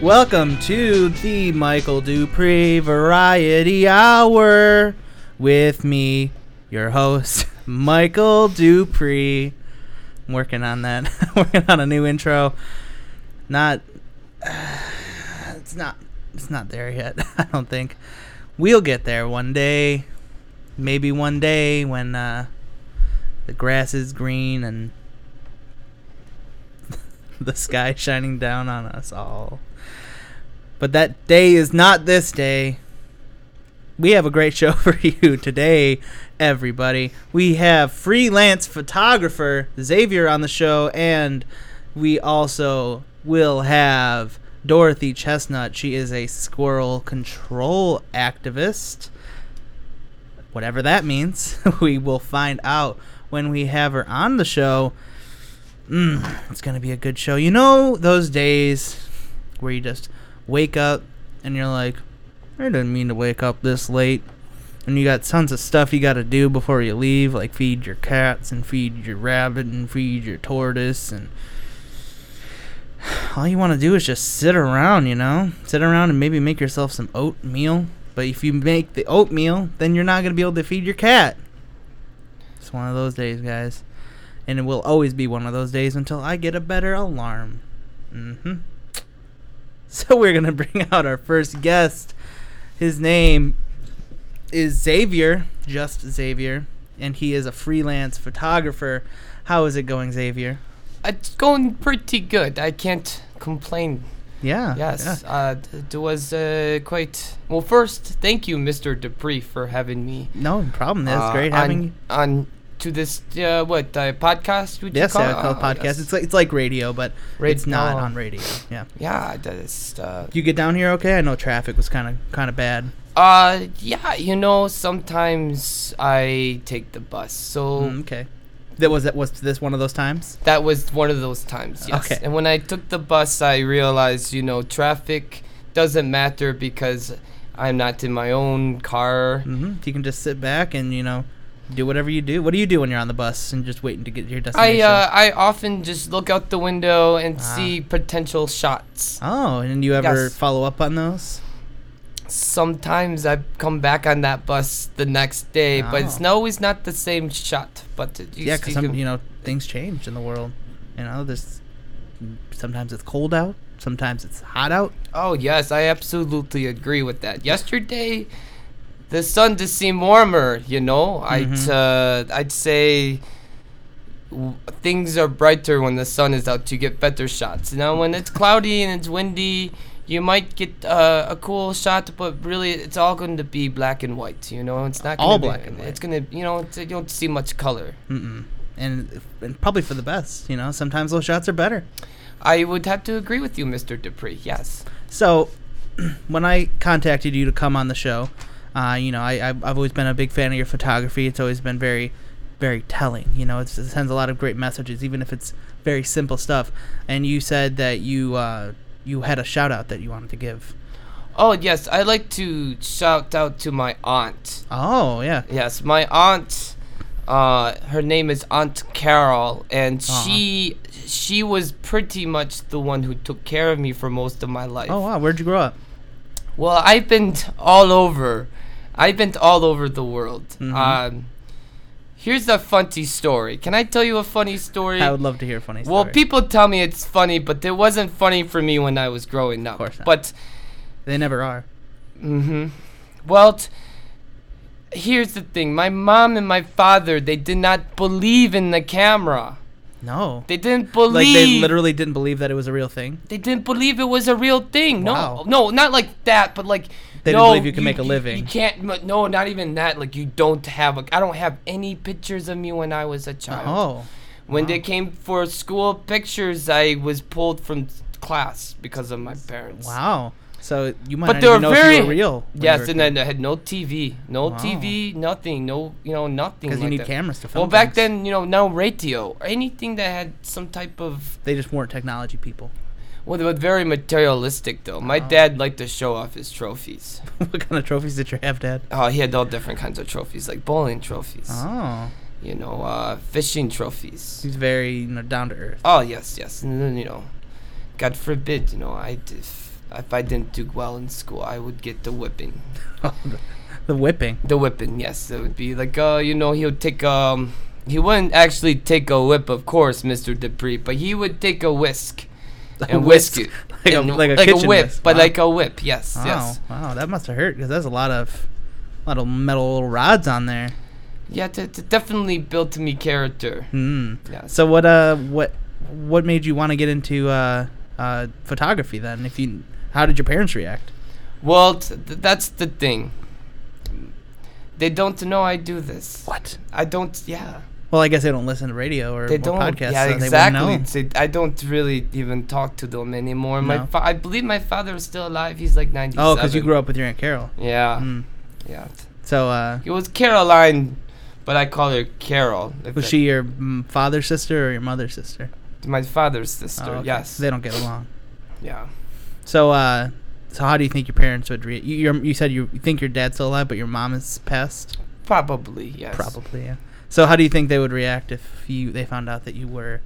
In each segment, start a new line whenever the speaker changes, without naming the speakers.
Welcome to the Michael Dupree Variety Hour with me, your host, Michael Dupree. I'm working on that. working on a new intro. Not it's not it's not there yet, I don't think. We'll get there one day. Maybe one day when uh, the grass is green and the sky shining down on us all. But that day is not this day. We have a great show for you today, everybody. We have freelance photographer Xavier on the show, and we also will have Dorothy Chestnut. She is a squirrel control activist. Whatever that means, we will find out when we have her on the show. Mm, it's gonna be a good show. You know those days where you just wake up and you're like, I didn't mean to wake up this late, and you got tons of stuff you gotta do before you leave, like feed your cats and feed your rabbit and feed your tortoise, and all you want to do is just sit around, you know, sit around and maybe make yourself some oatmeal. But if you make the oatmeal, then you're not gonna be able to feed your cat. It's one of those days, guys and it will always be one of those days until I get a better alarm. hmm So we're gonna bring out our first guest. His name is Xavier, just Xavier, and he is a freelance photographer. How is it going, Xavier?
It's going pretty good. I can't complain.
Yeah.
Yes, uh, th- it was uh, quite well. First, thank you, Mr. Dupree, for having me.
yeah. No problem. That's
uh,
great
on,
having you.
on to this uh, what uh, podcast would
Yes,
you call
I would call it
Oh,
podcast.
yes.
It's like it's like radio, but
Rad-
it's not
oh.
on radio. Yeah.
yeah, that is. Uh,
You get down here okay? I know traffic was kind of kind of bad.
uh, yeah, you know, sometimes I take the bus, so
Mm, okay. That was that was this one of those times?
that was one of those times. Yes.
Okay.
And when I took the bus, I realized, you know, traffic doesn't matter because I'm not in my own car.
hmm You can just sit back and you know do whatever you do. What do you do when you're on the bus and just waiting to get to your
I
destination?
uh, I often just look out the window and
Ah.
see potential shots.
oh, and you ever
yes.
follow up on those?
Sometimes I come back on that bus the next day, but it's
Oh.
no, always not the same shot. But it- you
Yeah,
still
because
can-
you know things change in the world. You know, this sometimes it's cold out, sometimes it's hot out.
oh yes, I absolutely agree with that. Yesterday, the sun just seemed warmer. You know, I'd
Mhm.
uh, I'd say. w- Things are brighter when the sun is out. You get better shots. Now, when it's cloudy and it's windy, you might get uh, a cool shot, but really, it's all going to be black and white. You know, it's not gonna
All
be-
black and white.
It's gonna, you know, it's, you don't see much color.
Mm-mm. And, and probably for the best. You know, sometimes those shots are better.
I would have to agree with you, Mr. Dupree. Yes.
So, when I contacted you to come on the show, uh, you know, I, I've I've always been a big fan of your photography. It's always been very, very telling. You know, it's, it sends a lot of great messages, even if it's very simple stuff. And you said that you uh, you had a shout out that you wanted to give.
Oh yes, I'd like to shout out to my aunt.
Oh yeah,
Yes, my aunt. Uh, her name is Aunt Carol, and
Uh-huh.
she she was pretty much the one who took care of me for most of my life.
oh wow, where'd you grow up?
Well, I've been t- all over. I've been t- all over the world.
Mhm.
Um, here's a funny story. Can I tell you a funny story?
I would love to hear a funny.
Well,
story.
people tell me it's funny, but it wasn't funny for me when I was growing up.
course not.
But
they never are.
hmm Well, t- here's the thing. My mom and my father, they did not believe in the camera.
No,
They didn't believe.
like they literally didn't believe that it was a real thing.
They didn't believe it was a real thing.
Wow.
No, no, not like that, but like
They didn't
no,
believe you could make a living.
You can't. m- No, not even that. Like you don't have. A, I don't have any pictures of me when I was a child.
Oh,
When they came for school pictures, I was pulled from s- class because of my parents.
wow. So you might
But
not
they
even
were
know
very
if you were real. when you were
Yes,
a
and
kid.
then I had no TV, no
Wow.
TV, nothing, no you know nothing.
'Cause you
like
need
that.
cameras to
Well,
film
back
things.
then you know no radio or anything that had some type of
they just weren't technology people.
well, they were very materialistic though. My
Oh.
dad liked to show off his trophies.
what kind of trophies did you have, Dad?
Oh, he had all different kinds of trophies, like bowling trophies,
Oh,
you know, uh, fishing trophies.
he's very you know down to earth.
Oh yes, yes, and then you know, God forbid, you know, I d- if if I didn't do well in school, I would get the whipping.
Oh, the whipping.
The whipping, yes. It would be like, uh, you know, he would take, um, he wouldn't actually take a whip, of course, Mr. Dupree, but he would take a whisk and whisk, it.
Like a-
and-
like a kitchen
whip,
whisk. Oh.
but
Wow.
like a whip, yes,
Wow,
yes.
wow, that must have hurt because there's a lot of, lot of metal little rods on there.
Yeah, that that definitely built me character.
Hmm.
Yes.
So what, uh, what, what made you want to get into uh, uh, photography then? If you, how did your parents react?
Well, t- th- that's the thing. They don't know I do this.
What?
I don't. Yeah,
Well, I guess they don't listen to radio or,
they
or
don't.
podcasts.
yeah,
so They
exactly.
wouldn't know.
They- I don't really even talk to them anymore. My
No.
fa- I believe my father is still alive. He's like ninety.
Oh, because you grew up with your aunt Carol.
Yeah,
Mm.
yeah.
So, uh,
It was Caroline, but I call her Carol. if
was
that-
she your mm, father's sister or your mother's sister? Oh,
my father's sister?
Ah, okay.
Yes.
They don't get along.
Yeah.
So, uh, so how do you think your parents would react? You, your, you said you think your dad's still alive, but your mom is passed.
Probably. Yes.
Probably, yeah. So, how do you think they would react if you they found out that you were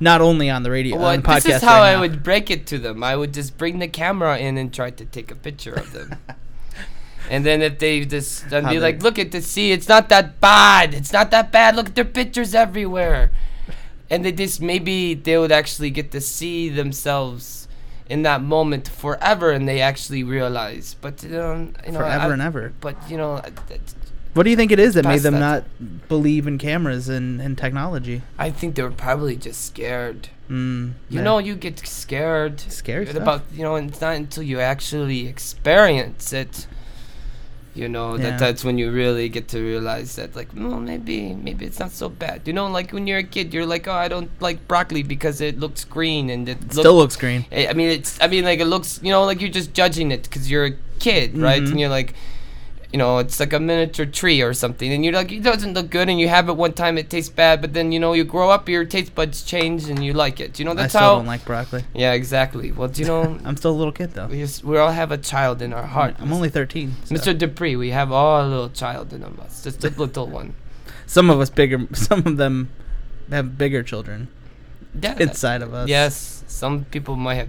not only on the radio,
Well,
on the podcast?
this is how
right
I
now?
would break it to them. I would just bring the camera in and try to take a picture of them. and then if they just then
How
be
they-
like, look at the sea, it's not that bad. It's not that bad. Look at their pictures everywhere. And they just maybe they would actually get to see themselves in that moment forever, and they actually realize. But you know, you know
forever
I-
and ever.
But you know, I- that's-
What do you think it is that made
Past
them
that.
not believe in cameras and, and technology?
I think they were probably just scared.
Mm,
You
yeah.
know, you get scared.
Scary
It's
stuff.
about you know, and it's not until you actually experience it, you know,
Yeah.
that that's when you really get to realize that like, well, maybe maybe it's not so bad. You know, like when you're a kid, you're like, oh, I don't like broccoli because it looks green and it
It
look-
still looks green.
I I mean, it's I mean, like it looks, you know, like you're just judging it because you're a kid, right?
Mhm.
And you're like. You know, it's like a miniature tree or something, and you're like, it doesn't look good, and you have it one time, it tastes bad, but then you know, you grow up, your taste buds change, and you like it. You know,
I
that's
still
how.
don't like broccoli.
Yeah, exactly. Well, do you know,
I'm still a little kid though.
we, just, we all have a child in our heart.
I'm only 13. so-
Mr. Dupree, we have all a little child in us, just a little one.
Some of us bigger. Some of them have bigger children
Yeah, that-
inside of us.
Uh, Yes, some people might have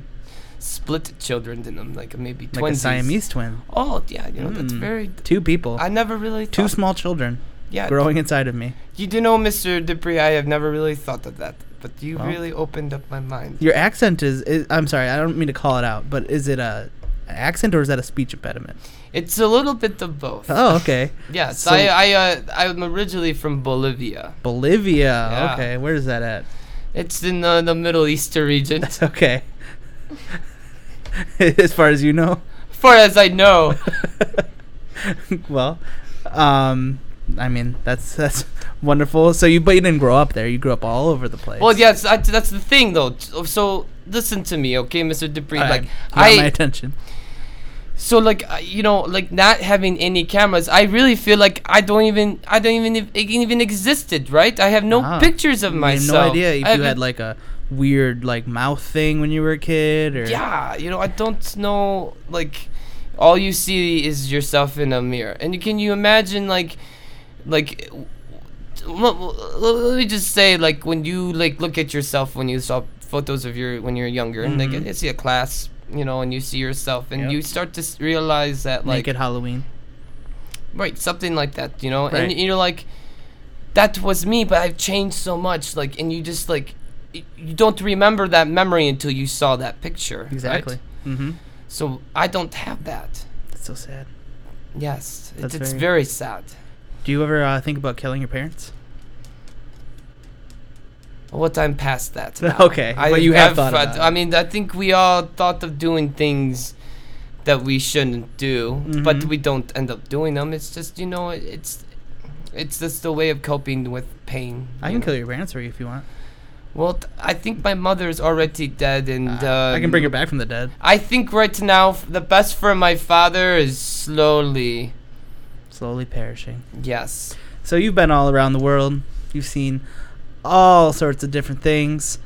split children in them, like maybe
like
twins.
a Siamese twin.
Oh, yeah, you know, that's
Mm.
very.
Two people.
I never really
two
thought-
small children
yeah,
growing inside of me.
You do know, Mr. Dupree, I have never really thought of that, but you
Well.
really opened up my mind.
Your accent is, is. I'm sorry. I don't mean to call it out, but is it a an accent or is that a speech impediment?
It's a little bit of both.
Oh, okay.
Yes,
so-
I, I, uh, I'm originally from Bolivia.
Bolivia.
Yeah.
Okay, where is that at?
It's in the, the Middle Eastern region.
That's okay. as far as you know.
far as I know.
well, um, I mean that's that's wonderful. So you, but you didn't grow up there. You grew up all over the place.
Well, yes, I, that's the thing, though. So listen to me, okay, Mr. Dupree.
All right,
Like
you got my
I,
attention.
so like I- you know, like not having any cameras, I really feel like I don't even, I don't even, ev- even existed, right? I have no
Ah.
pictures of
You have
myself.
no idea if
I
you
have-
had like a weird like mouth thing when you were a kid or
Yeah, you know, I don't know. Like, all you see is yourself in a mirror, and can you imagine like, like. Let let me just say, like when you like look at yourself when you saw photos of your when you're younger, and like
Mhm.
you see a class, you know, and you see yourself, and
Yep.
you start to s- realize that like
naked Halloween.
right something like that, you know,
Right.
and you're like, that was me, but I've changed so much, like, and you just like, y- you don't remember that memory until you saw that picture, right?
Exactly. Mm-hmm.
So I don't have that.
That's so sad.
Yes, it,
That's
it's very,
very-
sad.
Do you ever uh, think about killing your parents?
What I'm past that. now.
Okay, but you have
I've-
thought
I-
about
I
it.
mean, I think we all thought of doing things that we shouldn't do, but
Mhm.
we don't end up doing them. It's just you know, it, it's it's just a way of coping with pain.
I can kill your parents for you if you want.
Well, th- I think my mother's already dead, and
Uh,
uh,
I can bring her back from the dead.
I think right now f- the best for my father is slowly.
Slowly perishing.
Yes.
So you've been all around the world. You've seen all sorts of different things.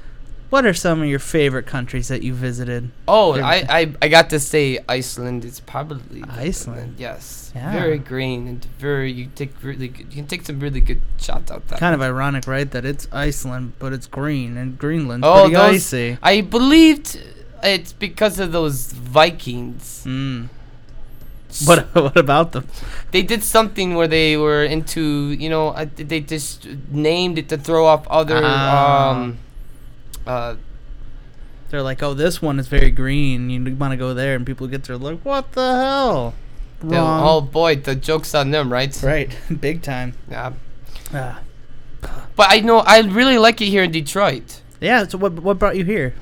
What are some of your favorite countries that you visited?
Oh,
Favorite
I,
thing.
I I got to say Iceland is probably the-
Iceland.
Yes,
Yeah.
very green and very. You take really good. You can take some really good shots out there.
Kind of ironic, right? That it's Iceland, but it's green, and Greenland's
Oh,
pretty
those-
icy.
I believed It's because of those Vikings.
Mm. What what about them?
They did something where they were into, you know, I- they just named it to throw off other
Ah.
um uh
They're like, oh, this one is very green. You want to go there, and people get there like, what the hell?
they'll-
Wrong.
oh boy, the joke's on them, right?
right, big time.
Yeah.
Ah.
But I know I really like it here in Detroit.
Yeah. So what what brought you here?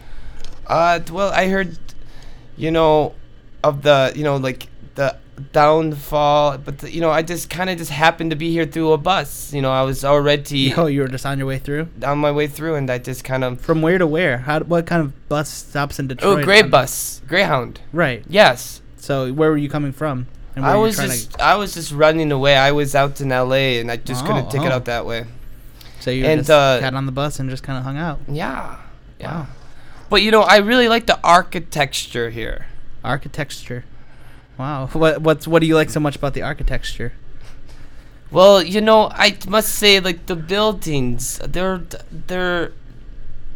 Uh, t- well, I heard, you know, of the, you know, like the downfall, but the, you know, I just kind of just happened to be here through a bus. You know, I was already
Oh, you were just on your way through.
on my way through, and I just kind of.
From where to where? How? What kind of bus stops in Detroit?
Oh, gray
Um,
bus, Greyhound.
Right.
Yes,
So where were you coming from? And where
I
were you
was
trying
just, I was just running away. I was out in L.A. and I just
Oh,
couldn't take it
oh.
out that way.
to, so you
and,
just
uh,
got on the bus and just kind of hung out. oh.
Yeah, yeah.
Wow.
But you know, I really like the architecture here.
Architecture. Wow. What what's what do you like so much about the architecture?
Well, you know, I t- must say, like the buildings, they're they're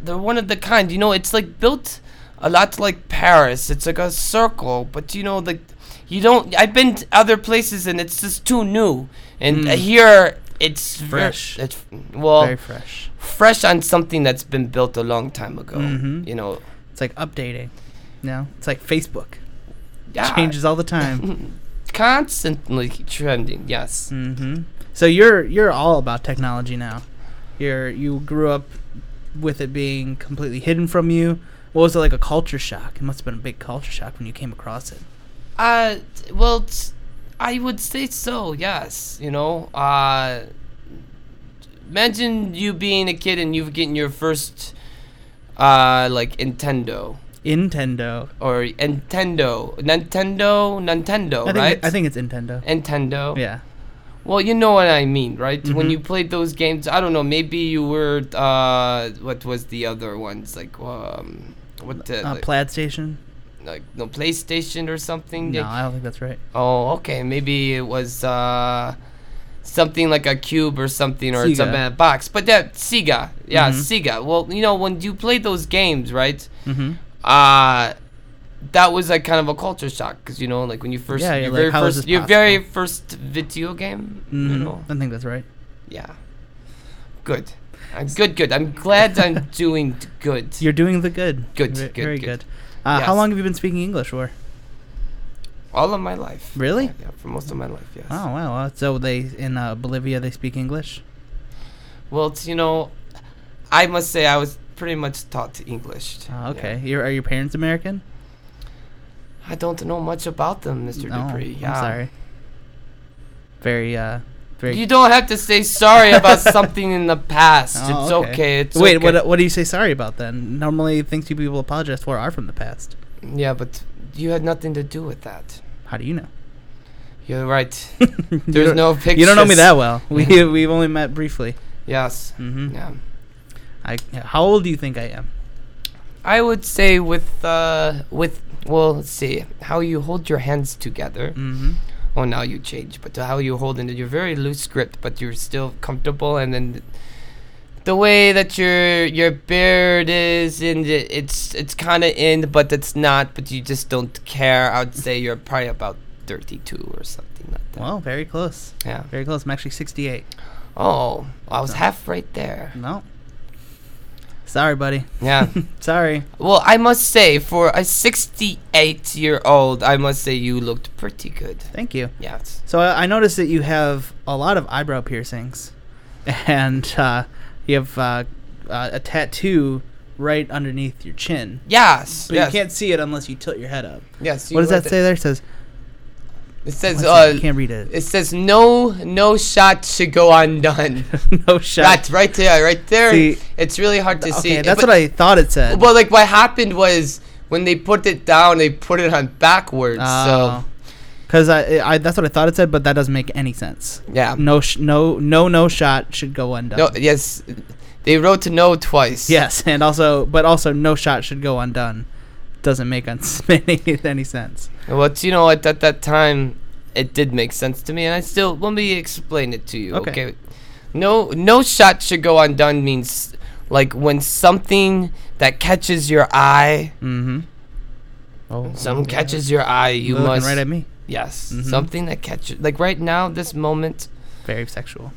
they're one of the kind. You know, it's like built a lot like Paris. It's like a circle, but you know, like you don't. I've been to other places and it's just too new. And uh,
Mm.
here, it's ver-
Fresh.
it's well,
Very fresh.
fresh on something that's been built a long time ago.
Mhm.
You know,
It's like updating. No, it's like Facebook.
yeah,
Changes all the time.
constantly trending. Yes.
mm-hmm. So you're you're all about technology now. You're you grew up with it being completely hidden from you. What was it like a culture shock? It must have been a big culture shock when you came across it.
Uh, t- well, t- I would say so. Yes, you know. Uh, imagine you being a kid and you getting your first, uh, like Nintendo
Nintendo.
or Nintendo, Nintendo, Nintendo,
I think
Oh, right?
I think it's Nintendo.
Nintendo.
Yeah.
Well, you know what I mean, right? When
Mhm.
you played those games, I don't know. Maybe you were. Uh, what was the other ones like? Um, what the,
Uh,
like,
Plaid Station.
like no PlayStation or something?
No,
Like,
I don't think that's right.
Oh, okay. Maybe it was uh, something like a cube or something, or
Sega.
something in a box. But that Sega, yeah,
Mhm.
Sega. Well, you know, when you played those games, right?
Mm-hmm.
Uh that was like kind of a culture shock because you know, like when you first,
Yeah, you're
your
like,
very
"How is
first,
this
your very
possible?"
first video game. You
hmm
know,
I think that's right.
yeah. Good. I'm good. Good. I'm glad I'm doing d- good.
You're doing the good.
Good,
Ve-
good,
very good.
good.
Uh, How
Yes.
long have you been speaking English for?
All of my life.
Really?
Yeah, yeah, for most of my life. Yes.
Oh wow! Uh, So they in uh, Bolivia they speak English.
Well, it's, you know, I must say I was pretty much taught English.
Oh, okay.
Yeah.
Your are your parents American?
I don't know much about them, Mr.
No,
Dupree. Yeah.
Oh, I'm sorry. Very uh, very.
You don't have to say sorry about something in the past.
Oh,
it's okay. It's
Wait,
okay.
what uh, what do you say sorry about then? Normally things you people apologize for are from the past.
Yeah, but you had nothing to do with that.
How do you know?
You're right.
You
There's
don't-
no pictures.
You don't know me that well. We we've only met briefly.
Yes.
hmm
Yeah.
I how old do you think I am?
I would say with uh with well, let's see how you hold your hands together.
Mm-hmm.
Oh, now you change, but how you hold into your very loose grip, but you're still comfortable, and then the way that your your beard is, and it, it's it's kind of in, but it's not, but you just don't care. I would say you're probably about 32 or something like that.
Well, very close.
Yeah.
Very close. I'm actually 68.
Oh, I was half right there.
No. Sorry, buddy.
Yeah.
Sorry.
well, I must say, for a 68 year old, I must say you looked pretty good.
Thank you.
Yes.
So I, I noticed that you have a lot of eyebrow piercings, and uh, you have uh, uh, a tattoo right underneath your chin.
Yes.
But
yes.
you can't see it unless you tilt your head up.
yes you
what does
were
that
the-
say there? It says.
It says,
what's
uh,
that? I can't read it.
It says no, no shot should go undone.
no shot.
That's right there, right there.
See-
it's really hard to see.
okay, that's what I thought it said.
Well, like what happened was when they put it down, they put it on backwards.
Oh. 'Cause I, I, that's what I thought it said, but that doesn't make any sense.
so yeah,
No, sh- no, no, no shot should go undone.
no, yes, they wrote to no twice.
Yes, and also, but also, no shot should go undone. Doesn't make uns- any any sense.
Well, it's- you know what? At that time, it did make sense to me, and I still let me explain it to you.
Okay.
Okay. No, no shot should go undone means like when something that catches your eye
Mm-hmm. Oh,
Some catches your eye. You
You're looking
must
right at me.
yes,
Mhm.
something that catches. Like right now, this moment.
Very sexual.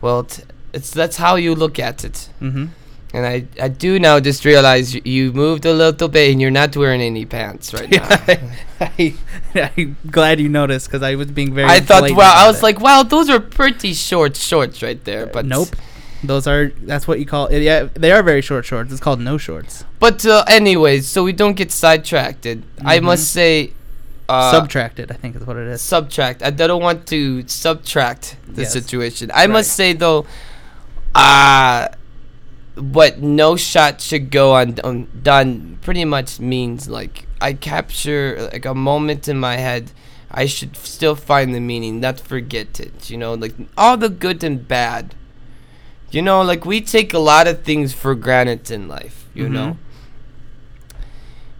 Well, t- it's that's how you look at it.
Mm-hmm.
And I, I do now just realize y- you moved a little bit and you're not wearing any pants right now.
I, I'm glad you noticed because I was being very.
I thought,
blatant
wow, I
about
was
it. Uh,
like, wow, those are pretty short shorts right there. But
nope. Those are that's what you call yeah they are very short shorts. It's called no shorts.
But uh, anyways, so we don't get sidetracked.
Mm-hmm.
I must say, uh,
Subtracted, I think is what it is.
subtract. I don't want to subtract the
Yes.
situation. I must
Right.
say though, uh what no shot should go un- undone pretty much means like I capture like a moment in my head. I should f- still find the meaning, not forget it. You know, like all the good and bad. You know, like we take a lot of things for granted in life. You
Mhm.
know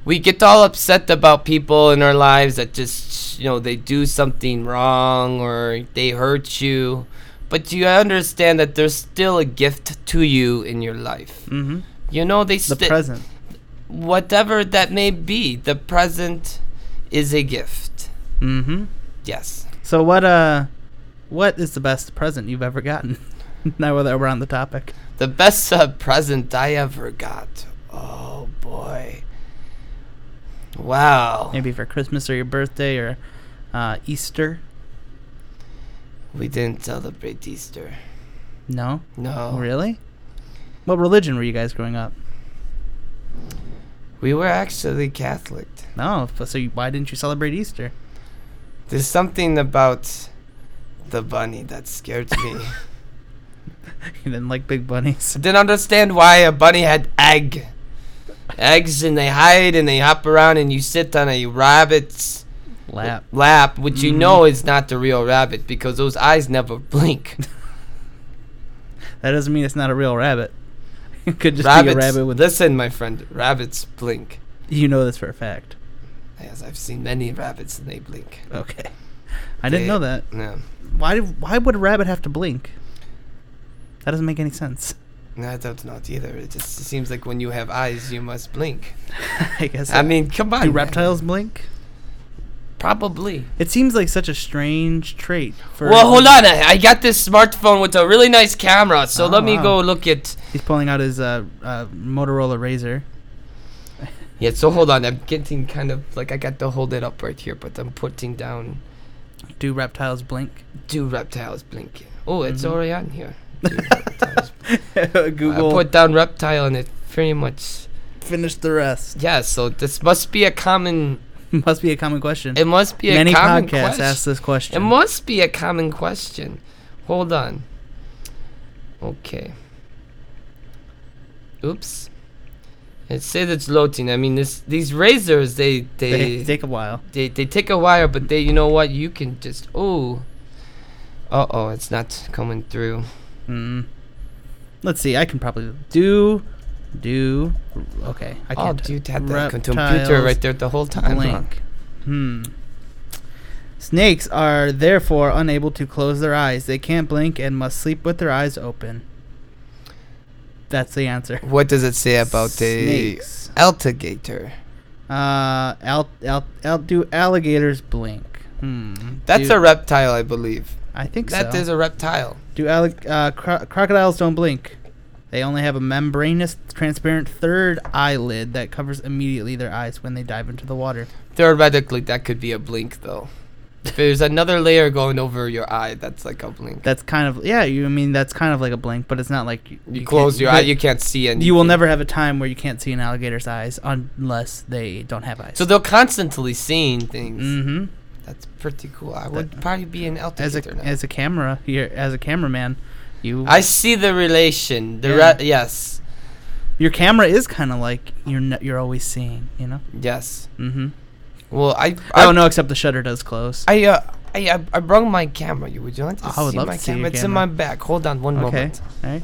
we get all upset about people in our lives that just you know they do something wrong or they hurt you but you understand that there's still a gift to you in your life
Mm-hmm.
you know they
The
sti-
present.
whatever that may be the present is a gift
Mm-hmm.
yes
So what uh, what is the best present you've ever gotten? now that we're on the topic.
the best uh, present i ever got oh boy wow
maybe for Christmas or your birthday or uh, Easter.
we didn't celebrate easter
No,
no
really. What religion were you guys growing up?
we were actually catholic
No, f- so you, why didn't you celebrate Easter?
There's something about the bunny that scared me.
You didn't like big bunnies.
I didn't understand why a bunny had egg. Eggs and they hide and they hop around and you sit on a rabbit's
Lap.
lap, which you
Mhm.
know is not the real rabbit because those eyes never blink.
That doesn't mean it's not a real rabbit. It could just
rabbits,
be a rabbit with.
listen, my friend, rabbits blink.
You know this for a fact.
Yes, I've seen many rabbits and they blink.
Okay. Oh, I didn't
They-
know that.
No,
Why? Why would a rabbit have to blink? That doesn't make any sense.
no, I don't know it either. It just seems like when you have eyes, you must blink.
I guess.
I mean, come on.
do
man.
reptiles blink?
Probably.
It seems like such a strange trait. For
Well, hold on. I, I got this smartphone with a really nice camera, so
Oh,
let me
wow.
go look at.
He's pulling out his uh, uh, Motorola Razor.
Yeah, so hold on. I'm getting kind of like I got to hold it up right here, but I'm putting down.
Do reptiles blink?
Do reptiles blink? Oh, it's
Mhm.
already on here. Do reptiles- I
Google.
put down reptile, and it pretty much.
finish the rest.
Yeah, so this must be a common.
Must be a common question.
It must be a
Many
common
podcasts
question.
ask this
It
question.
must be a common question. Hold on. Okay. Oops. It says it's loading. I mean, this these razors they
they
they they,
take a while.
they, take a while, but they you know what? You can just oh. Uh oh, it's not coming through.
Mm. Let's see. I can probably do, do. Okay, I
oh,
can't.
dude, had that con- computer right there the whole time. huh?
Blink. Hmm. Snakes are therefore unable to close their eyes. They can't blink and must sleep with their eyes open. That's the answer.
What does it say about the
Snakes.
altigator?
Uh, al- al- al- do alligators blink? Hmm.
That's
do,
a reptile, I believe.
I think
That is
so.
a reptile.
do allig- uh, cro- crocodiles don't blink? They only have a membranous, transparent third eyelid that covers immediately their eyes when they dive into the water.
Theoretically, that could be a blink, though. If there's another layer going over your eye, that's like a blink.
That's kind of yeah. You I mean that's kind of like a blink, but it's not like you,
You,
can't-
close your eye,
but
you can't see anything.
you will never have a time where you can't see an alligator's eyes unless they don't have eyes.
So they're constantly seeing things.
hmm
That's pretty cool. I would probably be an
as a
altigator now.
as a camera here as a cameraman, you
I see the relation. The
Yeah.
re- yes,
your camera is kind of like you're n- you're always seeing, you know.
yes.
Mm-hmm.
Well, I
I
I
don't know, except the shutter does close.
I uh, I I- I brought my camera. You would you like to
I
see
would love
my
to see your
camera? It's in my
camera.
back. Hold on one
okay,
moment.
all right.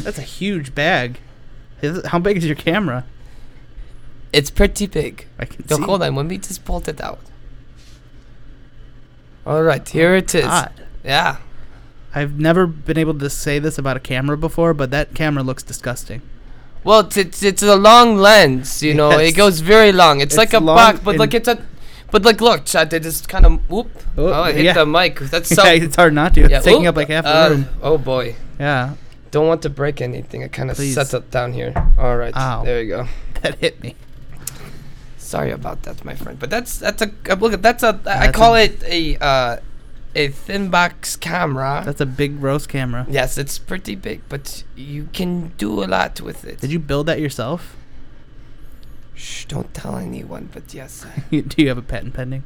That's a huge bag. Is- How big is your camera?
It's pretty big.
I can
So
see.
hold on, let me just pull it out. All right, here it is.
God.
Yeah.
I've never been able to say this about a camera before, but that camera looks disgusting.
Well, it's it's, it's a long lens, you know.
Yes.
It goes very long. It's, like a
It's long
box, but
and-
like it's a, but like look, Chad, they just kind of whoop.
Oh,
Oh, I hit
yeah.
the mic. That's so.
yeah, it's hard not to. It's
yeah,
taking
whoop.
up like half the
Uh,
room.
Oh boy,
Yeah,
don't want to break anything. I kind of
Please.
set up down here. All right,
Ow.
there you go.
that hit me.
Sorry about that, my friend. But that's that's a uh, look. That's a I I
That's
call
a-
it a uh, a thin box camera.
That's a big roast camera.
yes, it's pretty big, but you can do a lot with it.
Did you build that yourself?
Shh, don't tell anyone. But yes, I-
Do you have a patent pending?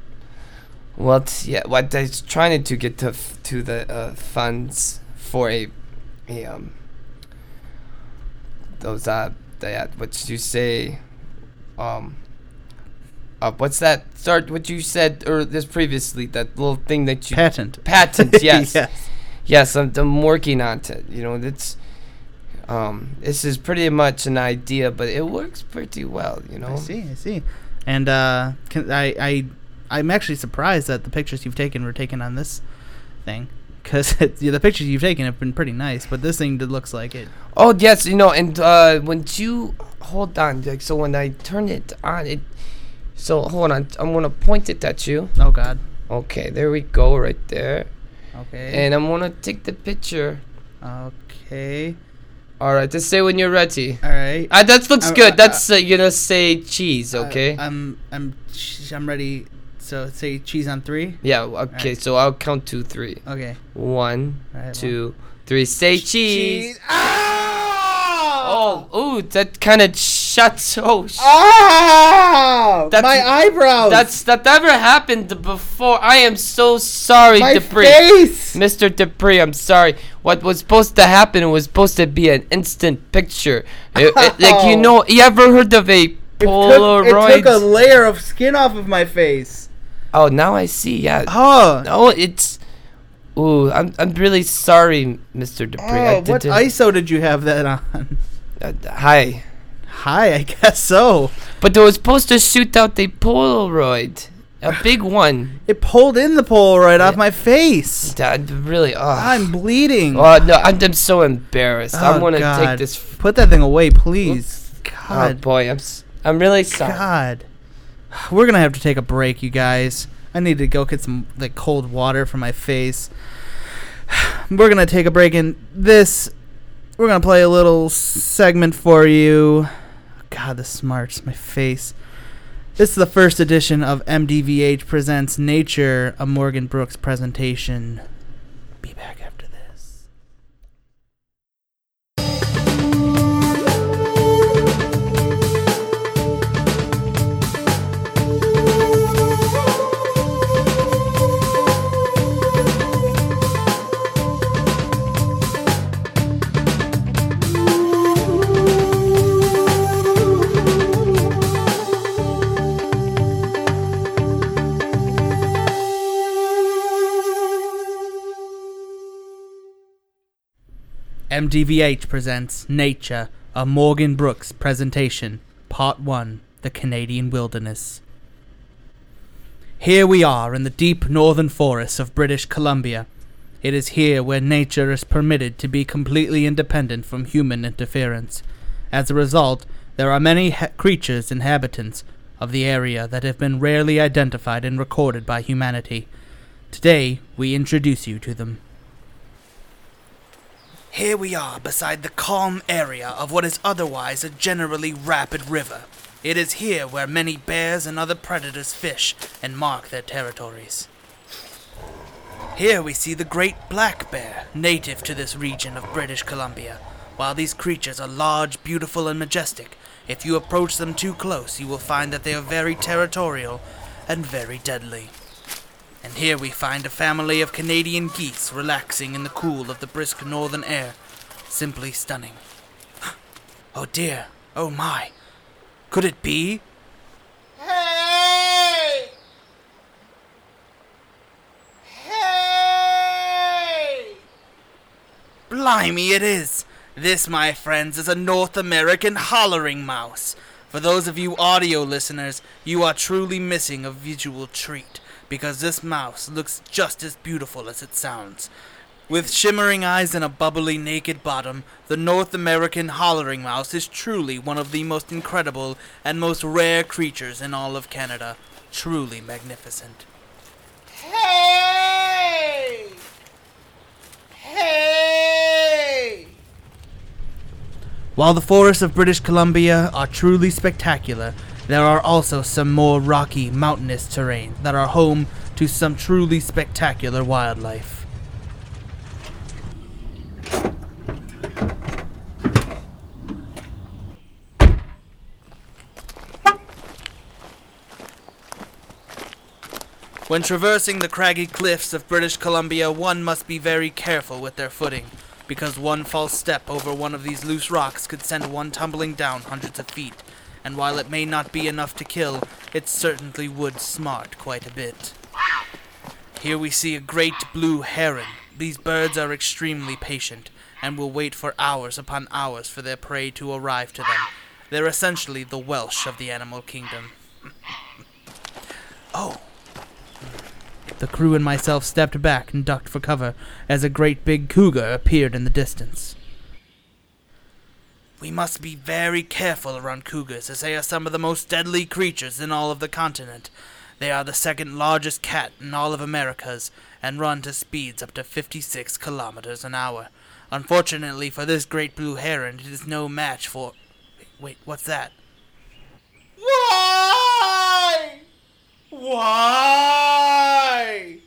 well, it's- yeah, what I was trying to get to f- to the uh, funds for a, a um those uh that what you say, um. Uh, what's that? Start what you said or this previously that little thing that you
Patent.
patents yes
yes.
yes I'm, I'm working on it you know that's um this is pretty much an idea but it works pretty well you know
I see. I see. And uh, can, I, I, I'm actually surprised that the pictures you've taken were taken on this thing, because the pictures you've taken have been pretty nice, but this thing did- looks like it.
oh yes you know and uh when you hold on like so when i turn it on it so hold on i'm gonna point it at you
Oh God.
okay there we go right there
Okay.
and i'm gonna take the picture
okay.
all right just say when you're ready
All right.
uh, that looks
I'm-
good
I- I-
that's uh, you're gonna say cheese okay
I, am I'm sh- I'm ready. So say cheese on three.
yeah okay
right.
so i'll count two three
Okay.
one
All right.
two, three. Say cheese.
Cheese. Oh.
Oh, ooh, that kind of shuts. Oh, sh-
Oh.
That's-
my eyebrows.
that's that never happened before. I am so sorry,
my
Dupree.
face.
Mr. Dupree, I'm sorry. What was supposed to happen was supposed to be an instant picture. It- it- like you
Oh.
know, you ever heard of a
It took,
Polaroid?
it took a layer of skin off of my face.
oh, now I see. Yeah.
Oh.
No, it's. Ooh, I'm I'm really sorry, Mr. Dupree. I
Oh, what
didn't-
ISO did you have that on?
Uh, hi.
Hi, I guess so.
But they were supposed to shoot out a Polaroid, a big one.
It pulled in the pole right off
Yeah.
my face.
Dad, really? Oh,
I'm bleeding.
oh no, I'm, I'm so embarrassed. I'm
Oh,
gonna
God.
take this. F-
Put that thing away, please.
oh
God,
boy, I'm s- I'm really sorry.
God. We're gonna have to take a break, you guys. I need to go get some like cold water for my face. We're gonna take a break, and this we're gonna play a little segment for you. God, this smarts my face. This is the first edition of MDVH presents Nature, a Morgan Brooks presentation. Be back after this. MDVH presents Nature, a Morgan Brooks presentation, Part 1 The Canadian Wilderness. Here we are in the deep northern forests of British Columbia. It is here where nature is permitted to be completely independent from human interference. As a result, there are many ha- creatures inhabitants of the area that have been rarely identified and recorded by humanity. Today, we introduce you to them. Here we are beside the calm area of what is otherwise a generally rapid river. It is here where many bears and other predators fish and mark their territories. Here we see the great black bear, native to this region of British Columbia. While these creatures are large, beautiful, and majestic, if you approach them too close, you will find that they are very territorial and very deadly. And here we find a family of Canadian geese relaxing in the cool of the brisk northern air. Simply stunning. Oh dear, oh my. Could it be?
Hey! Hey!
Blimey, it is! This, my friends, is a North American hollering mouse. For those of you audio listeners, you are truly missing a visual treat, because this mouse looks just as beautiful as it sounds. With shimmering eyes and a bubbly naked bottom, the North American hollering mouse is truly one of the most incredible and most rare creatures in all of Canada. Truly magnificent.
Hey! Hey!
While the forests of British Columbia are truly spectacular, there are also some more rocky, mountainous terrain that are home to some truly spectacular wildlife. When traversing the craggy cliffs of British Columbia, one must be very careful with their footing, because one false step over one of these loose rocks could send one tumbling down hundreds of feet, and while it may not be enough to kill, it certainly would smart quite a bit. Here we see a great blue heron. These birds are extremely patient and will wait for hours upon hours for their prey to arrive to them. They're essentially the Welsh of the animal kingdom. oh, the crew and myself stepped back and ducked for cover as a great big cougar appeared in the distance. We must be very careful around cougars, as they are some of the most deadly creatures in all of the continent. They are the second largest cat in all of Americas and run to speeds up to 56 kilometers an hour. Unfortunately for this great blue heron, it is no match for. Wait, what's that?
Why? Why?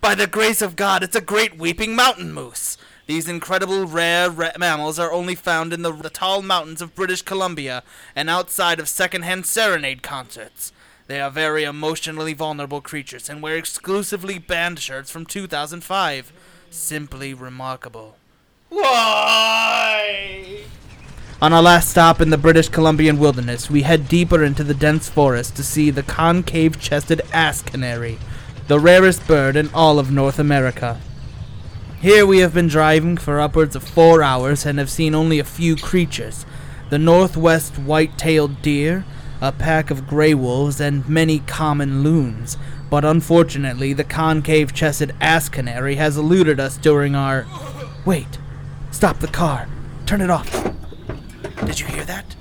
By the grace of God, it's a great weeping mountain moose. These incredible rare ra- mammals are only found in the, the tall mountains of British Columbia and outside of secondhand serenade concerts. They are very emotionally vulnerable creatures and wear exclusively band shirts from 2005. Simply remarkable.
Why?
On our last stop in the British Columbian wilderness, we head deeper into the dense forest to see the concave chested ass canary, the rarest bird in all of North America. Here we have been driving for upwards of four hours and have seen only a few creatures the northwest white tailed deer, a pack of gray wolves, and many common loons. But unfortunately, the concave chested ass canary has eluded us during our. Wait! Stop the car! Turn it off! Did you hear that?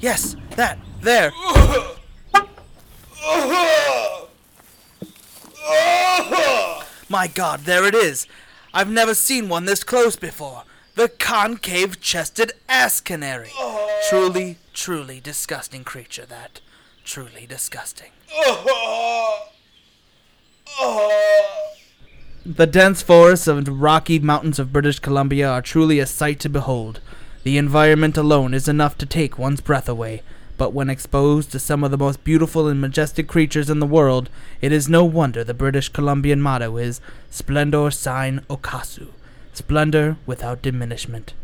Yes, that, there. My god, there it is. I've never seen one this close before. The concave chested ass canary. Truly, truly disgusting creature, that. Truly disgusting. The dense forests and rocky mountains of British Columbia are truly a sight to behold. The environment alone is enough to take one's breath away, but when exposed to some of the most beautiful and majestic creatures in the world, it is no wonder the British Columbian motto is Splendor Sine Ocasu, Splendor without diminishment.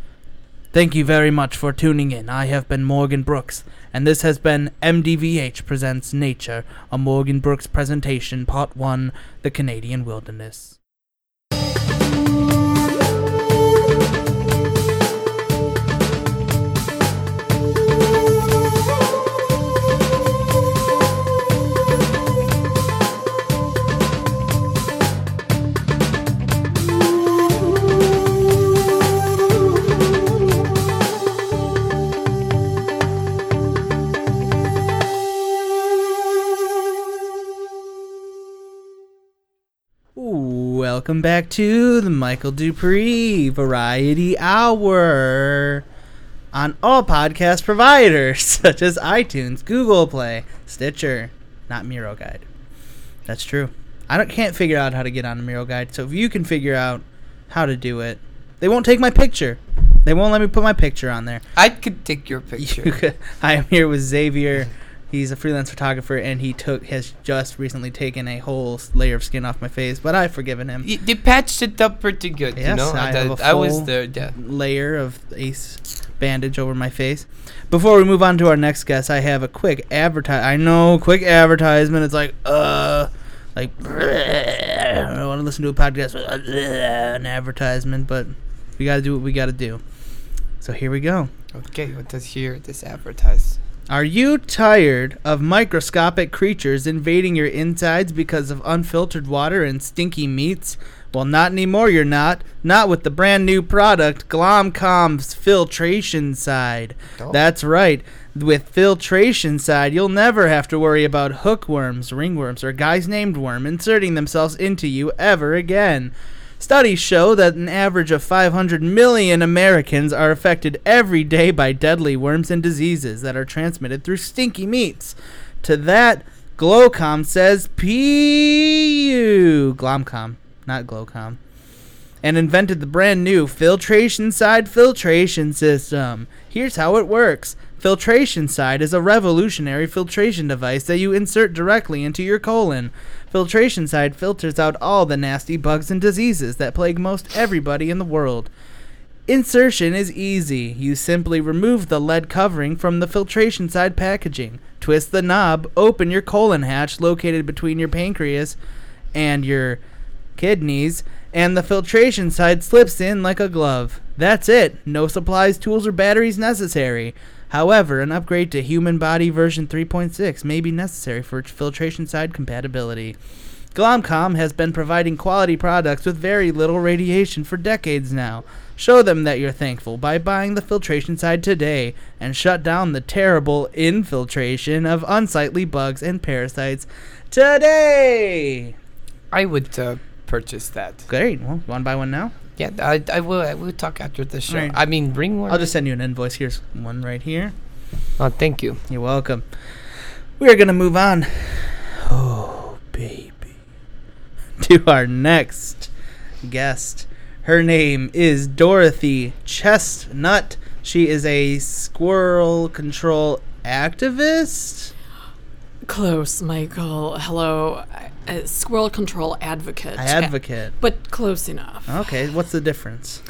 Thank you very much for tuning in. I have been Morgan Brooks, and this has been MDVH Presents Nature, a Morgan Brooks presentation, Part 1 The Canadian Wilderness. Welcome back to the Michael Dupree Variety Hour on all podcast providers such as iTunes, Google Play, Stitcher, not Miro Guide. That's true. I don't, can't figure out how to get on the Miro Guide, so if you can figure out how to do it, they won't take my picture. They won't let me put my picture on there.
I could take your picture.
You could- I am here with Xavier. He's a freelance photographer, and he took has just recently taken a whole s- layer of skin off my face, but I've forgiven him.
Y- they patched it up pretty good, you
Yes,
know.
I have a
I was
full-
there, yeah.
layer of ace bandage over my face. Before we move on to our next guest, I have a quick advertise. I know, quick advertisement. It's like, uh, like I want to listen to a podcast with uh, an advertisement, but we gotta do what we gotta do. So here we go.
Okay, what does here this advertise?
Are you tired of microscopic creatures invading your insides because of unfiltered water and stinky meats? Well, not anymore, you're not. Not with the brand new product, Glomcom's Filtration Side.
Oh.
That's right. With Filtration Side, you'll never have to worry about hookworms, ringworms, or guys named worm inserting themselves into you ever again. Studies show that an average of 500 million Americans are affected every day by deadly worms and diseases that are transmitted through stinky meats. To that, Glowcom says PU. Glomcom, not Glowcom. And invented the brand new filtration side filtration system. Here's how it works Filtration side is a revolutionary filtration device that you insert directly into your colon. Filtration side filters out all the nasty bugs and diseases that plague most everybody in the world. Insertion is easy. You simply remove the lead covering from the filtration side packaging, twist the knob, open your colon hatch located between your pancreas and your kidneys, and the filtration side slips in like a glove. That's it. No supplies, tools, or batteries necessary. However, an upgrade to human body version 3.6 may be necessary for filtration side compatibility. Glomcom has been providing quality products with very little radiation for decades now. Show them that you're thankful by buying the filtration side today and shut down the terrible infiltration of unsightly bugs and parasites today.
I would uh, purchase that.
Great. Well, you want to buy one now?
Yeah, I, I will. I will talk after the show.
Right.
I mean, ringworm.
I'll just send you an invoice. Here's one right here.
Oh, thank you.
You're welcome. We are going to move on. Oh, baby. To our next guest. Her name is Dorothy Chestnut. She is a squirrel control activist.
Close, Michael. Hello. A squirrel control advocate.
Advocate.
But close enough.
Okay, what's the difference?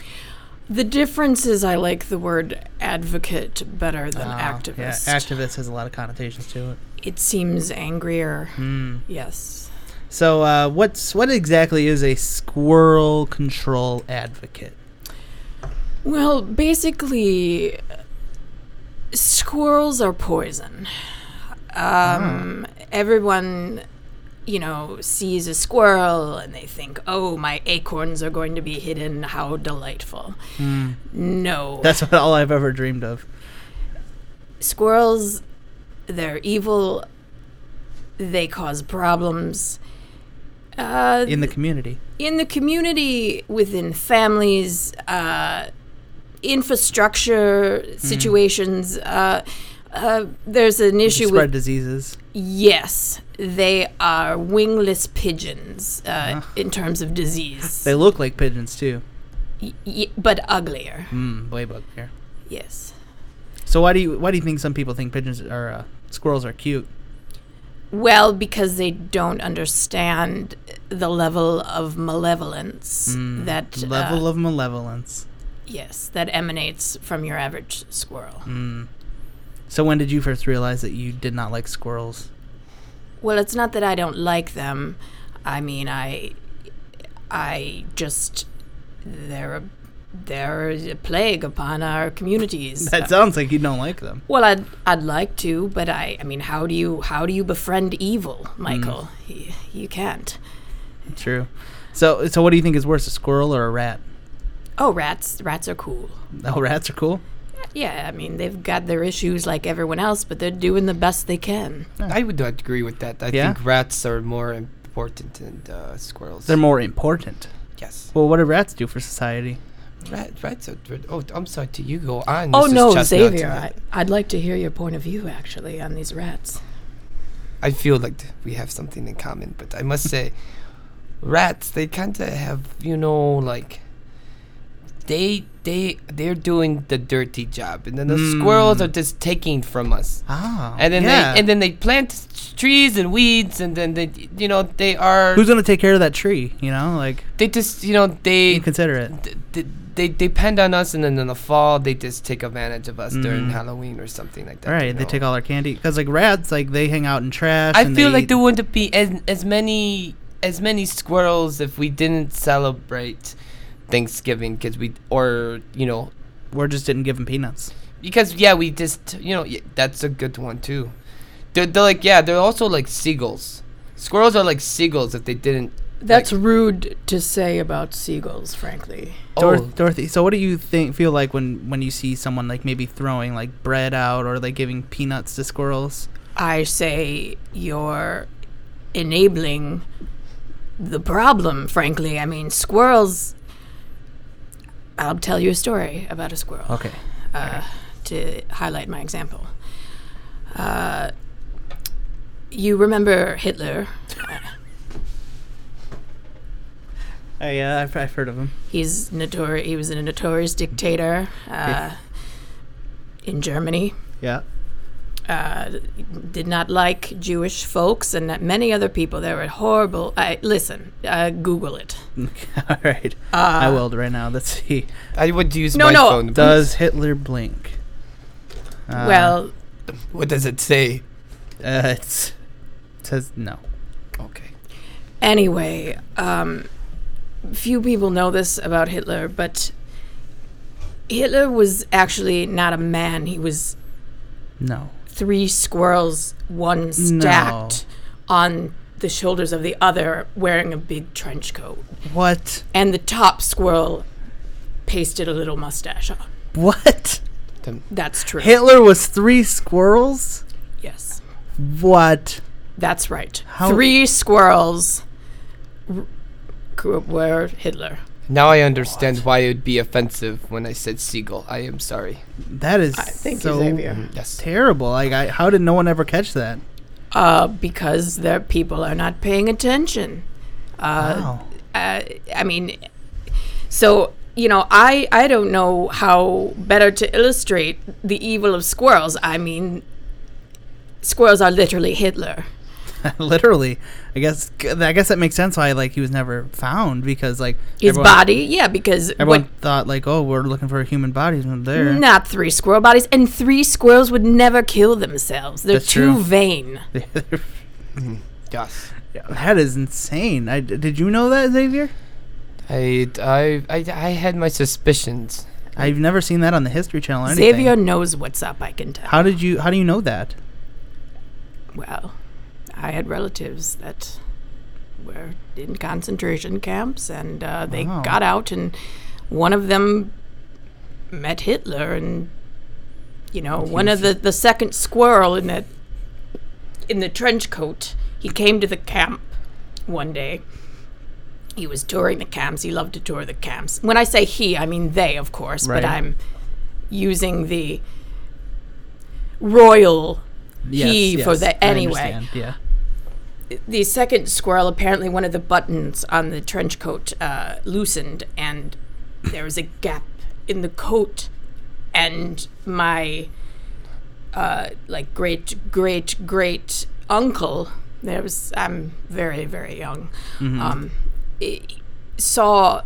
The difference is I like the word advocate better than
Ah,
activist.
Yeah, activist has a lot of connotations to it.
it seems angrier.
Hmm.
Yes.
So, uh, what's what exactly is a squirrel control advocate?
Well, basically, squirrels are poison.
Ah.
Um, Everyone, you know, sees a squirrel and they think, oh, my acorns are going to be hidden. How delightful.
Hmm.
No.
That's what all I've ever dreamed of.
squirrels they're evil they cause problems uh,
in the community.
in the community within families uh, infrastructure
Hmm.
situations uh, uh, there's an issue
spread
with
diseases.
yes they are wingless pigeons uh, in terms of disease
Uh-huh. They look like pigeons too.
y- y- but uglier
Mm, way uglier.
yes
So why do you why do you think some people think pigeons are uh, squirrels are cute?
Well, because they don't understand the level of malevolence that
Hmm. Level
uh,
of malevolence.
yes that emanates from your average squirrel.
Hmm. So when did you first realize that you did not like squirrels?
Well, it's not that I don't like them. I mean, I I just they're a, they're a plague upon our communities.
That sounds like you don't like them.
well, I'd I'd like to, but I I mean, how do you how do you befriend evil, Michael?
Hmm.
Y- you can't.
True. So so what do you think is worse, a squirrel or a rat?
Oh, rats rats are cool.
Oh, rats are cool.
Yeah, I mean, they've got their issues like everyone else, but they're doing the best they can.
I would not agree with that. I
Yeah?
think rats are more important than uh, squirrels.
They're more important.
yes.
Well, what do rats do for society?
Rat, rats are. Oh, I'm sorry. To you go on.
Oh,
Mrs.
no,
Chestnut.
Xavier, I, I'd like to hear your point of view, actually, on these rats.
I feel like th- we have something in common, but I must say, rats they kind of have you know like they they they're doing the dirty job, and then the squirrels are just taking from us,
Ah,
and then
Hmm. yeah.
they and then they plant s- trees and weeds, and then they you know they are
who's gonna take care of that tree? You know, like
they just you know they.
consider it.
th- th- They depend on us, and then in the fall they just take advantage of us during Halloween or something like that.
All Hmm. right,
you
they
know.
take all our candy because like rats, like they hang out in trash.
I
and
feel
they
like
eat-
there wouldn't be as as many as many squirrels if we didn't celebrate Thanksgiving because we or you know
we're just didn't give them peanuts.
because yeah we just you know yeah, that's a good one too. They're, they're like yeah they're also like seagulls. Squirrels are like seagulls if they didn't
That's rude to say about seagulls, frankly.
Dor-
Oh,
Dorothy, so what do you think feel like when when you see someone like maybe throwing like bread out or like giving peanuts to squirrels?
I say you're enabling the problem, frankly. I mean, squirrels. I'll tell you a story about a squirrel.
Okay.
uh, to highlight my example. Uh, you remember Hitler?
I, uh, I've, I've heard of them.
He's notori- He was a notorious dictator uh, in Germany.
Yeah.
Uh, did not like Jewish folks and that many other people. There were horrible. I listen. Uh, Google it.
All right. I willed right now. Let's see.
I would use
No,
my
no.
phone.
Does Hitler blink? Uh,
well,
What does it say?
uh, it's, it says no.
Okay.
Anyway, um, few people know this about Hitler, but Hitler was actually not a man. He was
No.
three squirrels, one stacked on the shoulders of the other, wearing a big trench coat.
What?
And the top squirrel pasted a little mustache on.
What?
That's true.
Hitler was three squirrels?
yes.
What?
That's right.
How-
Three squirrels r- gr- were Hitler.
Now I understand why it would be offensive when I said seagull. I am sorry.
That is
thank you,
so
Xavier.
Yes.
terrible. Like, I, how did no one ever catch that?
Uh, because their people are not paying attention.
wow.
uh, I mean, so you know, I I don't know how better to illustrate the evil of squirrels. I mean, squirrels are literally Hitler.
Literally, I guess. I guess that makes sense why like he was never found because like
His
everyone-
body, yeah, because
Everyone
what,
thought like, oh, we're looking for a human body. He's not there.
not three squirrel bodies, and three squirrels would never kill themselves. They're
That's
too
true.
vain.
Yes.
that is insane. I, did you know that, Xavier?
I, I, I, I had my suspicions.
I've never seen that on the History Channel. Or anything.
Xavier knows what's up. I can tell.
how did you? How do you know that?
well, I had relatives that were in concentration camps, and uh, they
Wow.
got out, and one of them met Hitler, and you know, one of the the second squirrel in the in the trench coat, he came to the camp one day. He was touring the camps. He loved to tour the camps. When I say he, I mean they, of course,
Right.
but I'm using the royal he for the
I
anyway
understand, Yeah.
the second squirrel apparently one of the buttons on the trench coat uh, loosened and there was a gap in the coat and my uh, like great great great uncle there was i'm very very young um, i saw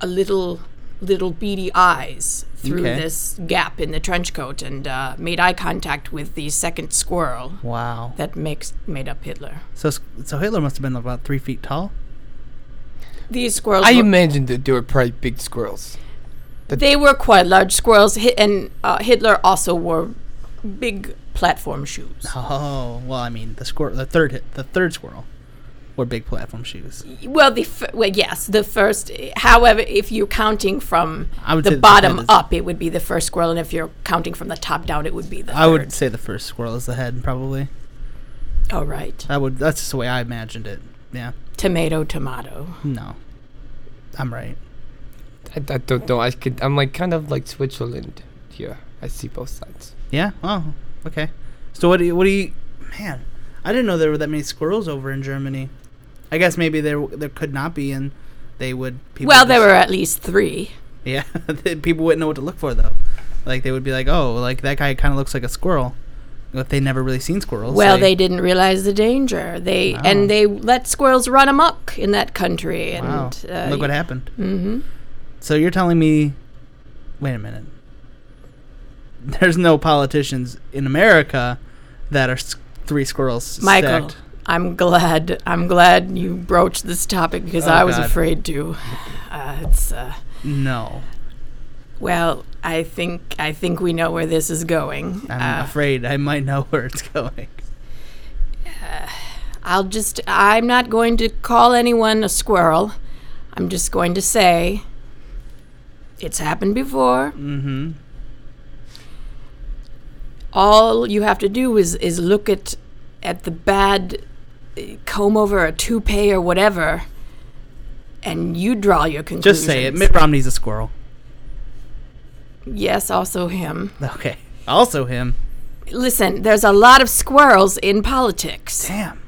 a little little beady eyes through
Okay.
this gap in the trench coat and uh, made eye contact with the second squirrel
Wow.
that makes made up hitler
So s- so Hitler must have been about three feet tall.
These squirrels,
I
were-
imagined that they were probably big squirrels.
they were quite large squirrels, Hi- and uh, Hitler also wore big platform shoes.
Oh well, I mean the squirrel, the third hit, the third squirrel, wore big platform shoes.
Well, the f- well, yes, the first. However, if you're counting from
I would say
the
the
bottom
head is-
up, it would be the first squirrel, and if you're counting from the top down, it would be the.
I would
third.
say the first squirrel is the head, probably.
All right,
I would. That's just the way I imagined it. Yeah.
tomato, tomato.
No. I'm right.
I, I don't know. I could. I'm like kind of like Switzerland here. I see both sides.
Yeah. Oh. Okay. So what do you? What do you? Man, I didn't know there were that many squirrels over in Germany. I guess maybe there w- there could not be, and they would. People
well,
would
there
just-
were at least three.
Yeah, that people wouldn't know what to look for though. Like they would be like, oh, like that guy kind of looks like a squirrel, but they never really seen squirrels.
Well,
like-
they didn't realize the danger. They
Wow.
and they let squirrels run amok in that country, and
Wow.
uh,
Look what happened.
Mm-hmm.
So you're telling me? Wait a minute. There's no politicians in America that are s- three squirrels
Michael,
stacked.
I'm glad. I'm glad you broached this topic because
Oh,
I was
God.
afraid to. Uh, it's uh,
No,
well, I think I think we know where this is going.
I'm
Uh,
afraid I might know where it's going.
I'll just, I'm not going to call anyone a squirrel. I'm just going to say it's happened before.
Mm-hmm.
All you have to do is, is look at, at the bad uh, comb over or toupee or whatever, and you draw your conclusions.
Just say it. Mitt Romney's a squirrel.
Yes, also him.
Okay. Also him.
Listen, there's a lot of squirrels in politics.
Damn.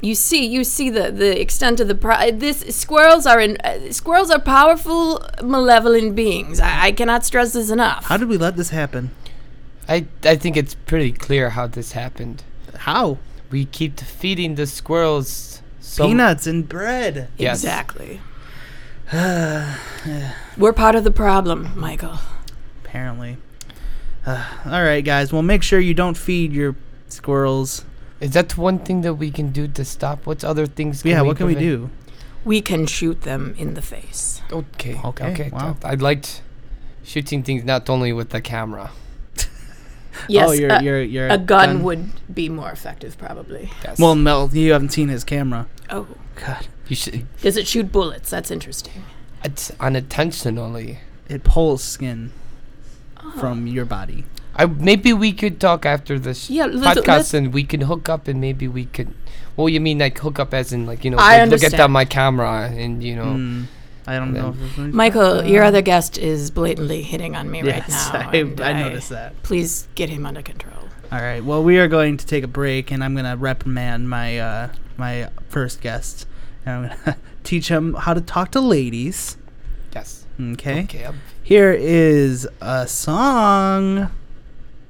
you see you see the the extent of the pro- this squirrels are in uh, squirrels are powerful malevolent beings I, I cannot stress this enough
How did we let this happen?
I, I think it's pretty clear how this happened.
How?
We keep feeding the squirrels so
Peanuts and bread.
Yes.
exactly we're part of the problem michael
Apparently. Uh, all right, guys. Well, make sure you don't feed your squirrels.
Is that one thing that we can do to stop? What's other things?
yeah. what can we do?
we can shoot them in the face
do? Okay.
Okay,
Okay.
wow.
I liked shooting things not only with the camera.
yes
oh, you're,
a,
you're, you're
a gun would be more effective probably
Yes.
Well, Mel, you haven't seen his camera.
oh
God,
you should.
does it shoot bullets that's interesting
It's unintentionally.
it pulls skin
Oh.
from your body.
I maybe we could talk after this
Yeah, let's-
podcast
let's-
and we can hook up and maybe we could. Well, you mean like hook up as in like you know
I
like, look at that
understand.
my camera and you know
Mm, I don't know. If there's any-
michael your other guest is blatantly hitting on me
Uh, Yes,
right now and
I, I noticed that.
please get him under control
All right. Well, we are going to take a break, and I'm going to reprimand my uh, my first guest, and I'm going to teach him how to talk to ladies.
yes.
Okay.
Okay. I'm-
Here is a song,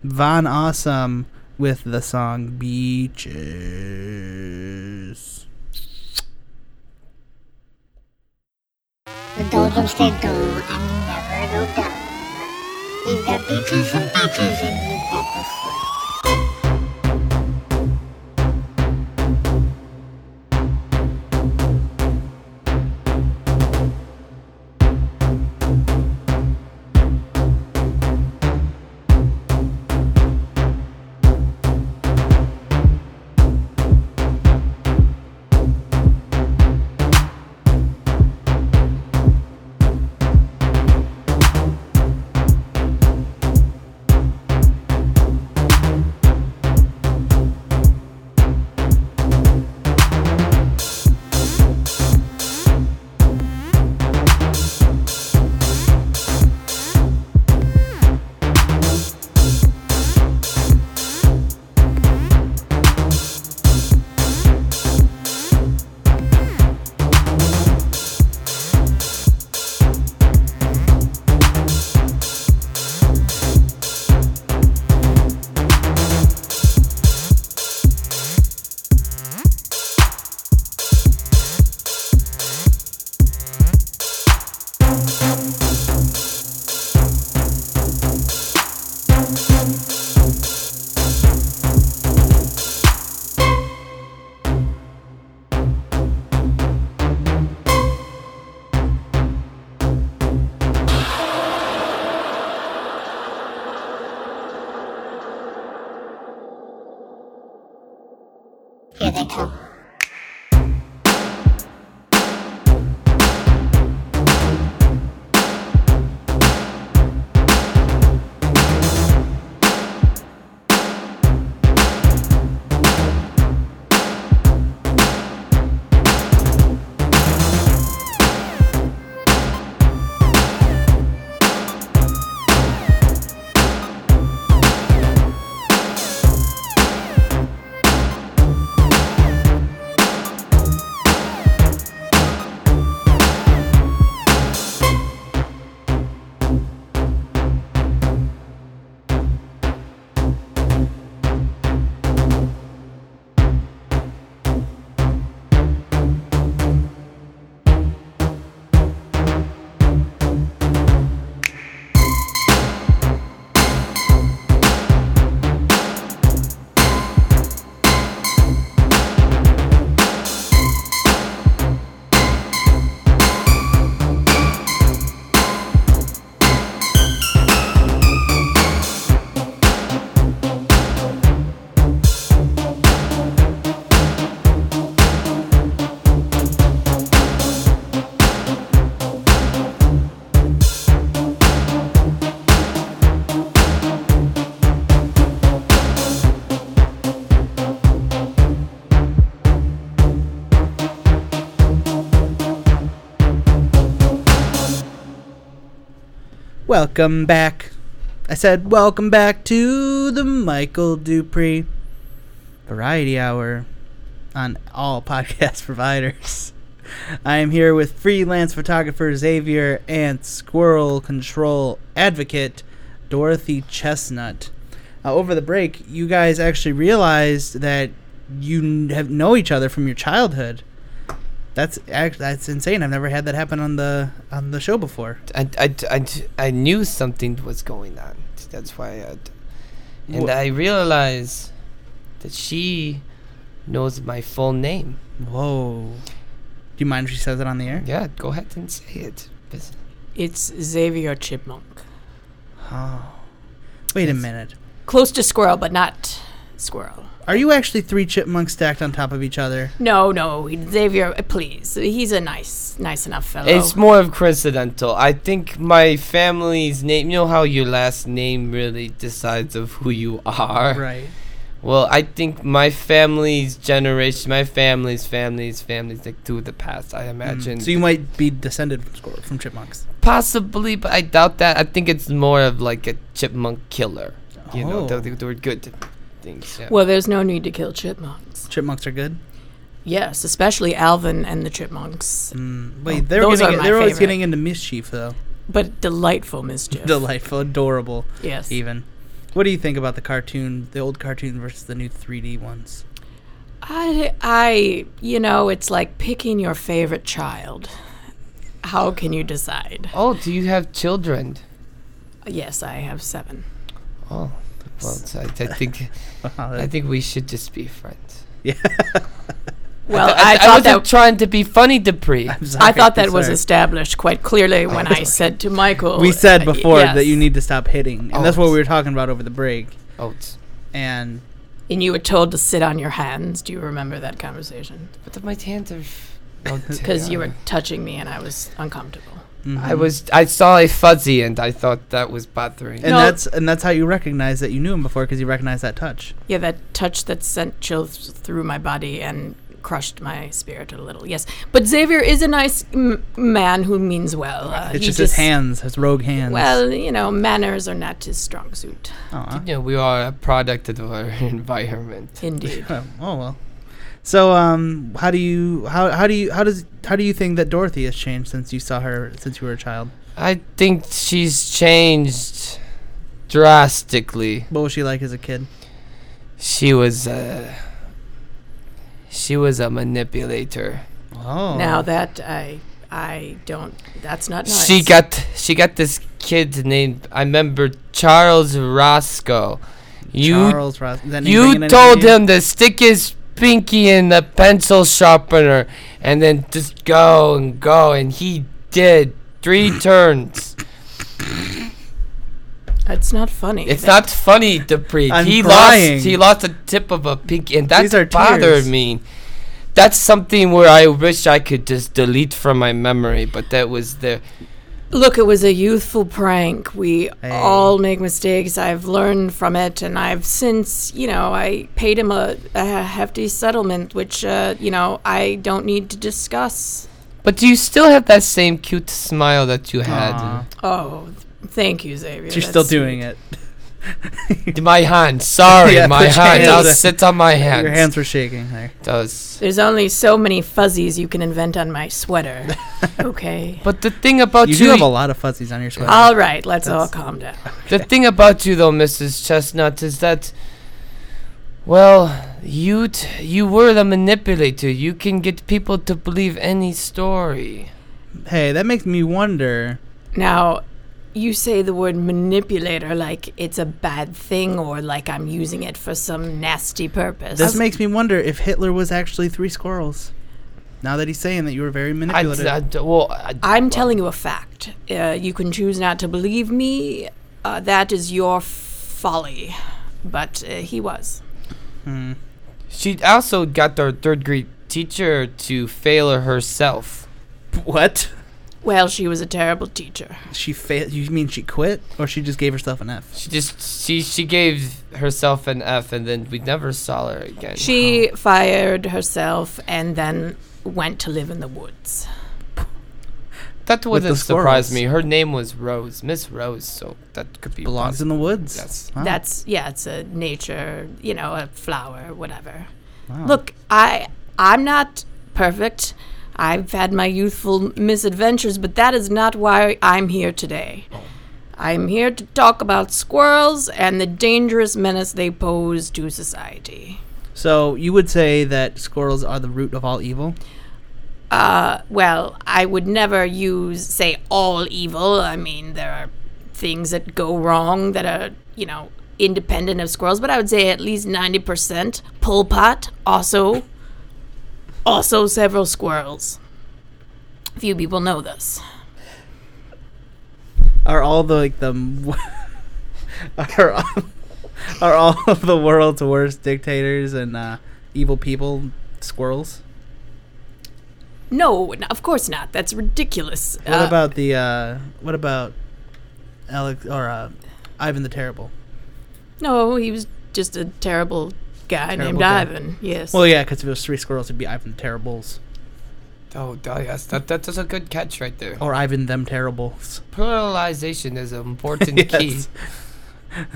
Von Awesome, with the song "Beaches."
The dodos they go and you never go down. You've got beaches and beaches and you've got the sun. Here they come.
Welcome back. I said, Welcome back to the Michael Dupree Variety Hour on all podcast providers. I am here with freelance photographer Xavier and squirrel control advocate Dorothy Chestnut. Uh, over the break, you guys actually realized that you n- have know each other from your childhood. That's act- that's insane. I've never had that happen on the on the show before.
I, I, I, I knew something was going on. That's why I. And
Wha-
I realized that she knows my full name.
Whoa. Do you mind if she says it on the air?
Yeah, go ahead and say it. Bes-
It's Xavier Chipmunk.
Oh. Wait a minute.
Close to squirrel, but not squirrel.
Are you actually three chipmunks stacked on top of each other?
No, no, Xavier, uh, please. He's a nice, nice enough fellow.
It's more of coincidental. I think my family's name, you know how your last name really decides of who you are?
Right.
Well, I think my family's generation, my family's family's family's like through the past, I imagine.
Mm,
So you might be descended from, squir- from chipmunks.
Possibly, but I doubt that. I think it's more of like a chipmunk killer. You know,
Oh.
they, they were good things. Yeah.
well, there's no need to kill chipmunks.
Chipmunks are good.
Yes, especially Alvin and the chipmunks.
Mm, wait,
Oh,
they're
those
getting,
are my
they're always
favorite.
getting into mischief though.
But delightful mischief.
Delightful, adorable,
yes.
even. What do you think about the cartoon, the old cartoon versus the new 3D ones?
I, I, you know, it's like picking your favorite child. How can you decide?
oh, do you have children?
Yes, I have seven.
Oh, well, so I, I think I think we should just be friends.
yeah.
Well,
I,
I,
I
thought
wasn't
that
trying to be funny, Dupree.
I'm
I
sorry,
thought
I'm
that was
sorry.
established quite clearly when I said to Michael.
We said
uh,
before that
yes.
you need to stop hitting, and
Oh,
that's what we
it's-
were talking about over the break.
Oh,
And
And you were told to sit on your hands. Do you remember that conversation?
but my hands are.
Because you were touching me and I was uncomfortable.
Mm-hmm.
I was. I saw a fuzzy, and I thought that was bothering.
And
No.
that's and that's how you recognize that you knew him before because you recognize that touch.
Yeah, that touch that sent chills through my body and crushed my spirit a little. Yes, but Xavier is a nice m- man who means well. Uh,
It's
he
just, his hands, his rogue hands. Oh,
Well, you know, manners are not his strong suit.
Aw.
You know, we are a product of our environment.
Indeed.
Oh oh, well. So um, how do you how how do you how does how do you think that Dorothy has changed since you saw her since you were a child?
I think she's changed drastically.
What was she like as a kid?
She was a. She was a manipulator.
Oh,
Now that I, I don't. That's not nice.
She got she got this kid named I remember Charles Roscoe. You
Charles Ross. is that name bringing
you
anything
told
to you?
him to stick his pinky in the pencil sharpener and then just go and go and he did three turns.
It's not funny.
It's
That-
not funny, Dupree.
I'm
he
crying.
lost he lost a tip of a pinky and
These
that's
are
bothered
tears.
me. That's something where I wish I could just delete from my memory, but that was there.
Look, it was a youthful prank. We
Hey.
all make mistakes. I've learned from it, and I've since, you know, I paid him a, a hefty settlement, which, uh, you know, I don't need to discuss.
But do you still have that same cute smile that you had?
Aw.
Oh, th- thank you, Xavier.
She's still
That's
doing it.
My hand. Sorry,
Yeah,
my
put your
hand. I'll
hands-
sit on my hand.
Your hands were shaking there.
Does.
There's only so many fuzzies you can invent on my sweater. okay.
But the thing about
You
you,
do have a lot of fuzzies on your sweater.
All right, let's all calm down.
the thing about you though, Mrs. Chestnut, is that, well, you t- you were the manipulator. You can get people to believe any story.
hey, that makes me wonder.
Now, you say the word manipulator like it's a bad thing or like I'm using it for some nasty purpose.
This makes me wonder if Hitler was actually three squirrels. Now that he's saying that you were very
I,
manipulative.
d- I d- well, I,
I'm telling you a fact. Uh, you can choose not to believe me. Uh, that is your folly. But uh, he was.
Hmm.
she also got our third grade teacher to fail herself.
What?
Well, she was a terrible teacher.
She failed. You mean she quit, or she just gave herself an F?
She just she she gave herself an F, and then we never saw her again.
She fired herself and then went to live in the woods.
That
With the
wouldn't surprise
squirrels.
me. Her name was Rose, Miss Rose, so that could be
Belongs
possi-
in the woods. Oh,
Yes.
Wow.
That's yeah, it's a nature, you know, a flower, whatever.
Wow.
Look, I I'm not perfect. I've had my youthful misadventures, but that is not why I'm here today. I'm here to talk about squirrels and the dangerous menace they pose to society.
So you would say that squirrels are the root of all evil?
Uh, well, I would never use, say, all evil. I mean, there are things that go wrong that are, you know, independent of squirrels, but I would say at least 90%. Pol Pot, also, also several squirrels. Few people know this.
Are all the like the m- are all- are all of the world's worst dictators and uh, evil people squirrels?
No, n- of course not. That's ridiculous.
What about the uh, what about Alex or uh, Ivan the Terrible?
No, he was just a terrible guy named
guy.
Ivan. Yes.
Well, yeah, because if it was three squirrels, it'd be Ivan the Terribles
Oh, da- yes. That, that is a good catch right there.
or Ivan them Terribles.
Pluralization is an important key.
Yes.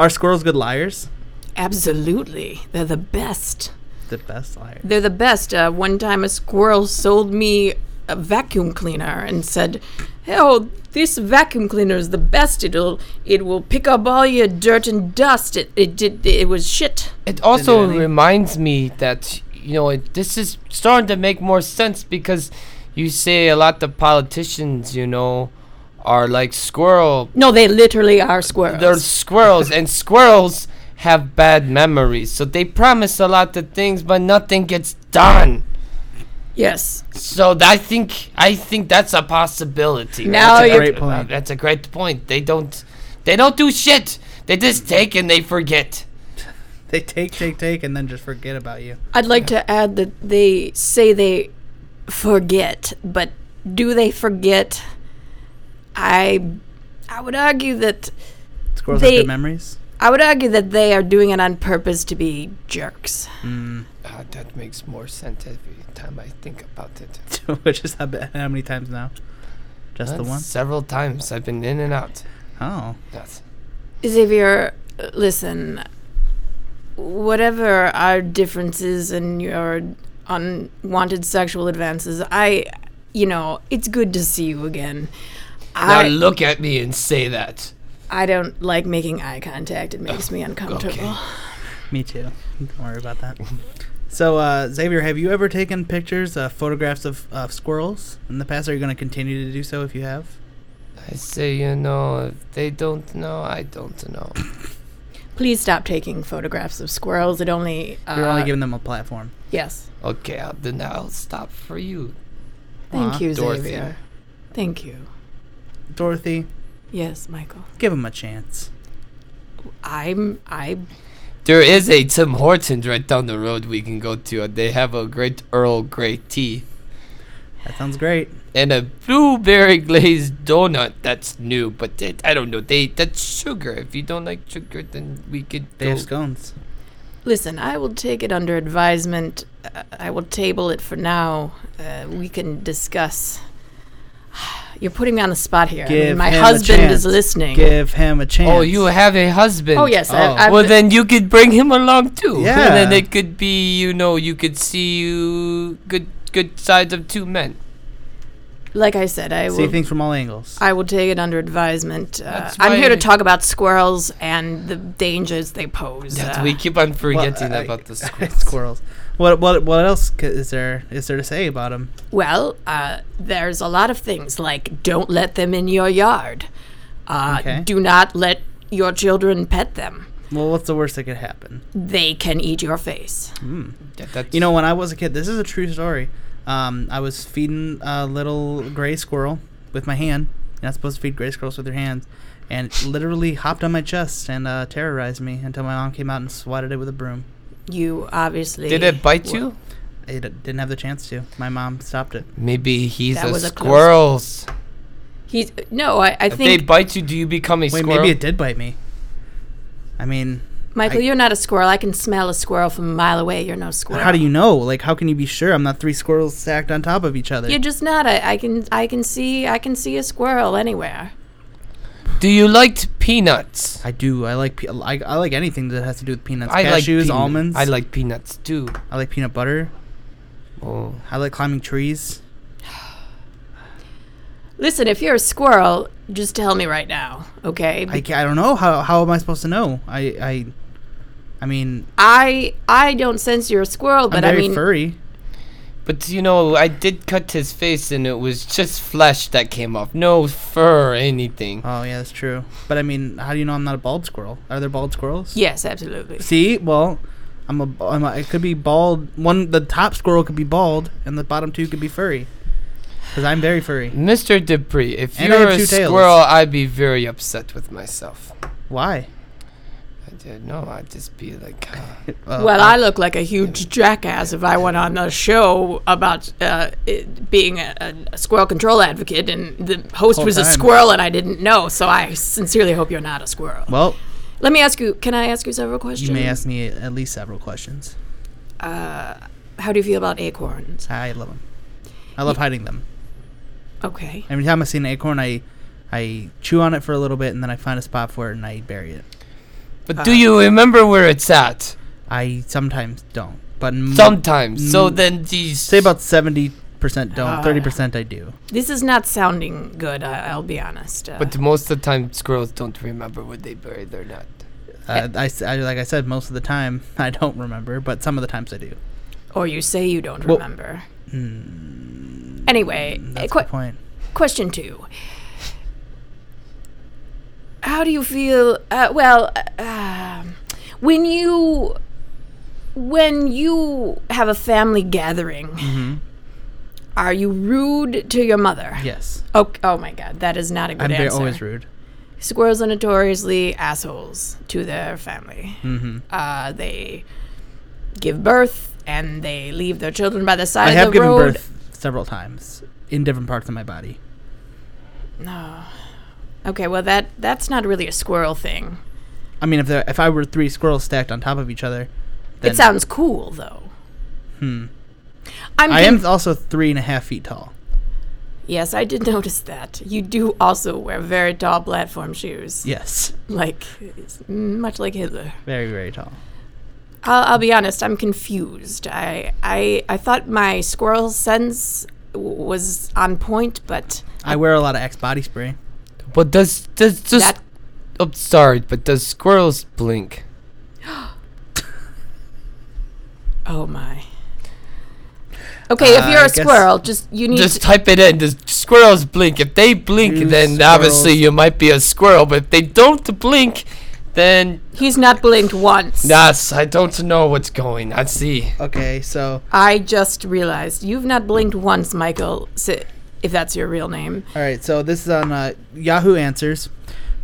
Are squirrels good liars?
Absolutely. They're the best.
The best liar.
They're the best. Uh, one time a squirrel sold me a vacuum cleaner and said, "Oh, this vacuum cleaner is the best. It'll it will pick up all your dirt and dust. It it did it was shit."
It also
any-
reminds me that you know it, this is starting to make more sense because you say a lot of politicians, you know, are like squirrel.
No, they literally are squirrels.
They're squirrels, and squirrels have bad memories, so they promise a lot of things, but nothing gets done.
yes.
So th- I think I think that's a possibility.
Now
that's
you-
a
Great point.
That's a great point. They don't they don't do shit. They just take and they forget.
They take, take, take, and then just forget about you.
I'd like to add that they say they forget, but do they forget? I I would argue that
Squirrels
They-
have good memories.
I would argue that they are doing it on purpose to be jerks.
Ah, that makes more sense every time I think about it.
Which is how, ba- how many times now? Just the
That's
one.
Several times I've been in and out.
Oh.
That's
Xavier, uh, listen. Whatever our differences and your unwanted sexual advances, I, you know, it's good to see you again.
now
I
look at me and say that.
I don't like making eye contact. It
Oh,
makes me uncomfortable.
Me too. Don't worry about that. So, uh, Xavier, have you ever taken pictures, uh, photographs of, of squirrels in the past? Are you going to continue to do so if you have?
I say you know if they don't know, I don't know.
Please stop taking photographs of squirrels. It only uh,
You're only giving them a platform.
yes.
Okay, I'll, then I'll stop for you.
Thank
Aw,
you,
Dorothy.
Xavier. Thank you.
Dorothy,
Yes, Michael.
give them a chance.
I'm I
There is a Tim Hortons right down the road we can go to. and They have a great Earl Grey tea
That sounds great.
and a blueberry glazed donut that's new, but it, I don't know. They that's sugar. If you don't like sugar, then we could
They have scones.
Listen, I will take it under advisement. Uh, I will table it for now. Uh, we can discuss. You're putting me on the spot here. I mean,
Give
my
him a
husband
chance.
is listening.
Give him a chance.
Oh, you have a husband.
Oh yes,
Oh.
I, I've,
well, then you could bring him along too. And then
Yeah.
it could be, you know, you could see you good good sides of two men.
like I said, I
see
will.
things from all angles.
I will take it under advisement. Uh,
That's
I'm here
why-
to talk about squirrels and the dangers they pose.
That
Uh,
we keep on
Well,
forgetting
I-
about the squirrels.
squirrels. What what what else c- is there is there to say about them?
Well, uh, there's a lot of things like don't let them in your yard. Uh,
Okay.
Do not let your children pet them.
Well, what's the worst that could happen? Hmm.
They can eat your face.
Yeah, that's,
You know, when I was a kid, this is a true story. Um, I was feeding a little gray squirrel with my hand. You're not supposed to feed gray squirrels with your hands. And it literally hopped on my chest and uh, terrorized me until my mom came out and swatted it with a broom.
You obviously
did it bite you?
It didn't have the chance to. My mom stopped it.
Maybe he's
That
a
was a close-
squirrels.
He's no, I, I
If they
think
bite you, do you become a
Wait,
squirrel?
maybe it did bite me. I mean,
Michael, you're not a squirrel. I can smell a squirrel from a mile away. You're no squirrel.
How do you know? Like, how can you be sure I'm not three squirrels stacked on top of each other?
You're just not. I, I can. I can see. I can see a squirrel anywhere.
Do you like peanuts?
I do. I like pe- I, I like anything that has to do with peanuts,
I
cashews,
like peanut-
almonds.
I like peanuts too.
I like peanut butter.
Oh.
I like climbing trees.
Listen, if you're a squirrel, just tell me right now, okay?
I, ca- I don't know how how am I supposed to know? I I I mean,
I I don't sense you're a squirrel,
I'm
but I
very
mean,
furry.
But you know, I did cut his face and it was just flesh that came off. No fur or anything.
Oh yeah, that's true. But I mean, how do you know I'm not a bald squirrel? Are there bald squirrels?
yes, absolutely.
See, well, I'm a, I'm a. It could be bald. One, the top squirrel could be bald, and the bottom two could be furry. Because I'm very furry.
Mr. Dupree, if
And I
you're
have
a
two tails.
squirrel, I'd be very upset with myself.
Why?
I did no, I'd just be like, uh,
Uh,
Well, I look like a huge jackass if I went on a show about uh, it being a, a squirrel control advocate, and the host
Whole
was a
time.
squirrel, and I didn't know. So I sincerely hope you're not a squirrel.
well,
Let me ask you. Can I ask you several questions?
you may ask me at least several questions.
How do you feel about acorns?
I love them. I love hiding them.
Okay.
Every time I see an acorn, I I chew on it for a little bit, and then I find a spot for it and I bury it.
but do
Uh,
you remember where it's at?
I sometimes don't, but m-
Sometimes. so
Mm.
then these
say about seventy percent
Ah.
don't, thirty percent I do.
This is not sounding good. I, I'll be honest. Uh,
But most of the time, squirrels don't remember what they buried or not.
Uh, I, s- I- like I said, most of the time I don't remember, but some of the times I do.
or you say you don't
Well- mm,
remember. anyway,
That's
qu-
the point.
question two. How do you feel? Uh, well, uh, um, when you when you have a family gathering,
Mm-hmm.
are you rude to your mother?
Yes,
Oh, oh my God, that is not a good
I'm very,
answer.
always rude.
Squirrels are notoriously assholes to their family.
Mm-hmm.
Uh, they give birth and they leave their children by the side
I
of
have
the
given
road.
birth several times in different parts of my body.
Ah. Okay, well that that's not really a squirrel thing.
I mean, if there, if I were three squirrels stacked on top of each other, then
It sounds cool though. Hmm. I'm
I am
con-
also three and a half feet tall.
yes, I did notice that. You do also wear very tall platform shoes,
Yes,
like it's much like Hitler.
very very tall.
I'll, I'll be honest. I'm confused. I I I thought my squirrel sense w- was on point, but
I wear a lot of X body spray.
But does does just?
That-
I'm sorry, but does squirrels blink?
oh my. Okay, if
Uh,
you're
I
a
guess-
squirrel, just you need
Just
to,
type it in. Does squirrels blink? If they blink,
Do
then obviously
squirrels-
you might be a squirrel. But if they don't blink, then
he's not blinked once.
yes, I don't know what's going. I see.
Okay, so
I just realized you've not blinked once, Michael. Si- if that's your real name.
all right, so this is on uh, Yahoo Answers.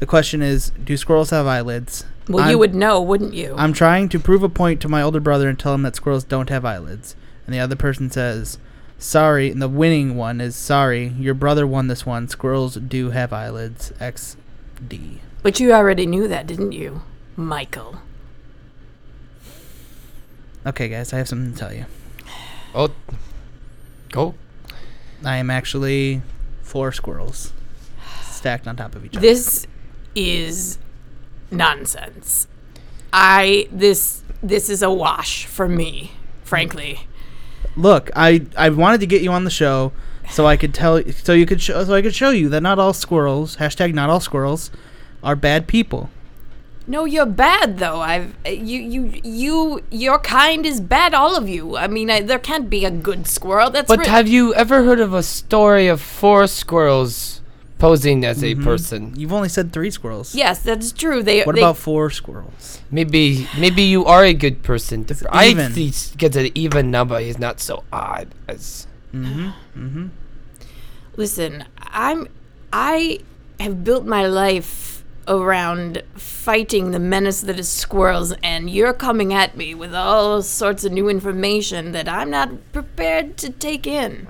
The question is, do squirrels have eyelids?
Well,
I'm-
you would know, wouldn't you?
I'm trying to prove a point to my older brother and tell him that squirrels don't have eyelids. And the other person says, "Sorry." And the winning one is, "Sorry, your brother won this one. Squirrels do have eyelids." X D.
but you already knew that, didn't you, Michael?
Okay, guys, I have something to tell you.
Oh, go.
I am actually four squirrels stacked on top of each other.
This is nonsense. I this this is a wash for me, frankly.
Look, I I wanted to get you on the show so I could tell so you could show so I could show you that not all squirrels hashtag not all squirrels are bad people.
No, you're bad though. I've uh, you you you your kind is bad. All of you. I mean, I, there can't be a good squirrel. That's
But
ri-
have you ever heard of a story of four squirrels posing as a person?
You've only said three squirrels.
yes, that's true. They
What
they-
about four squirrels?
Maybe maybe you are a good person. To I
even.
think s- get an even number is not so odd as
Listen, I'm I have built my life around fighting the menace that is squirrels and you're coming at me with all sorts of new information that I'm not prepared to take in.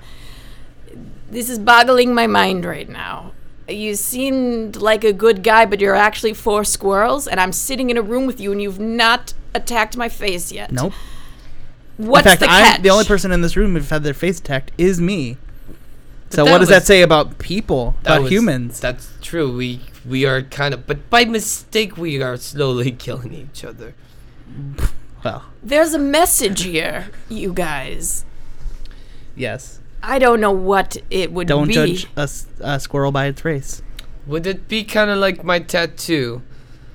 This is boggling my mind right now. You seemed like a good guy, but you're actually four squirrels, and I'm sitting in a room with you, and you've not attacked my face yet.
Nope.
What's
in fact,
the catch?
I'm the only person in this room who've had their face attacked is me. So
that
what does
was-
that say about people?
That
About
was-
humans?
That's true. We we are kind of, but by mistake, we are slowly killing each other.
well,
There's a message here, you guys.
yes.
I don't know what it would
Don't
be.
judge a, s- a squirrel by its race.
Would it be kind of like my tattoo?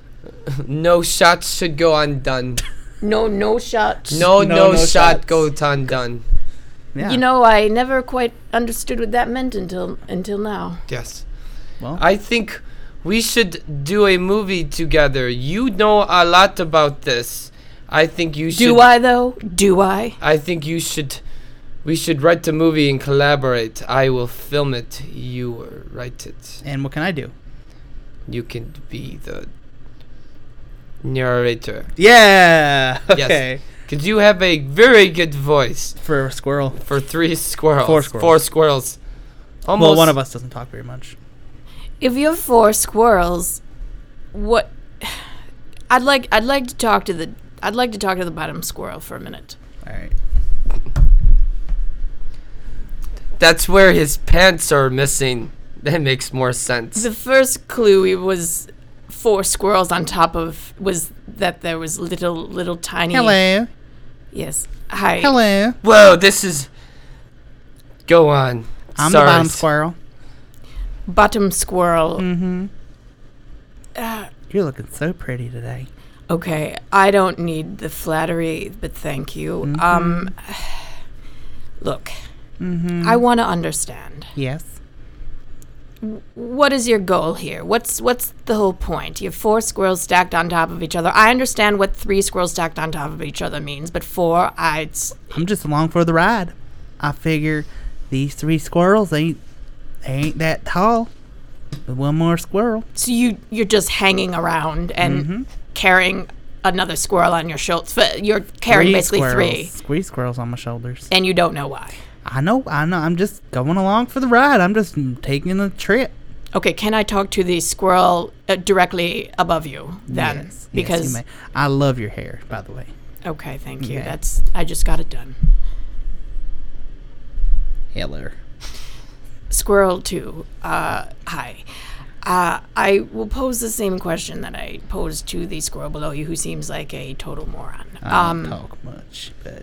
no shots should go undone.
No, no shots.
No, no,
No, no
shot
shots.
goes undone.
Yeah.
You know, I never quite understood what that meant until until now.
Yes.
Well.
I think we should do a movie together. You know a lot about this. I think you should.
Do I though? Do I?
I think you should. We should write the movie and collaborate. I will film it. You write it.
And what can I do?
You can be the narrator.
Yeah. Okay.
Because you have a very good voice
For a squirrel.
for three squirrels.
Four squirrels.
Four squirrels. Almost.
Well, one of us doesn't talk very much.
If you have four squirrels, what? I'd like I'd like to talk to the I'd like to talk to the bottom squirrel for a minute.
All right.
That's where his pants are missing. That makes more sense.
The first clue it was four squirrels on top of was that there was little little tiny
Hello.
yes hi
Hello.
Whoa, this is. Go on.
I'm
Sorry.
the bottom squirrel.
bottom squirrel
Mm-hmm.
Ah,
You're looking so pretty today.
Okay, I don't need the flattery, but thank you. Um, look,
Mm-hmm.
I want to understand.
yes.
What is your goal here? What's what's the whole point? You have four squirrels stacked on top of each other. I understand what three squirrels stacked on top of each other means, but four, I it's,
I'm just along for the ride. I figure these three squirrels ain't they ain't that tall. But one more squirrel.
so you you're just hanging around and
Mm-hmm.
carrying another squirrel on your shoulders. You're carrying basically three,
squirrels. Three squirrels on my shoulders.
and you don't know why.
I know, I know. I'm just going along for the ride. I'm just taking a trip.
Okay, can I talk to the squirrel uh, directly above you then?
Yes, you
because
may. I love your hair, by the way.
Okay, thank you.
Okay.
That's I just got it done.
Hello.
Squirrel two. Uh, hi. Uh, I will pose the same question that I posed to the squirrel below you, who seems like a total moron.
I don't
um,
talk much, but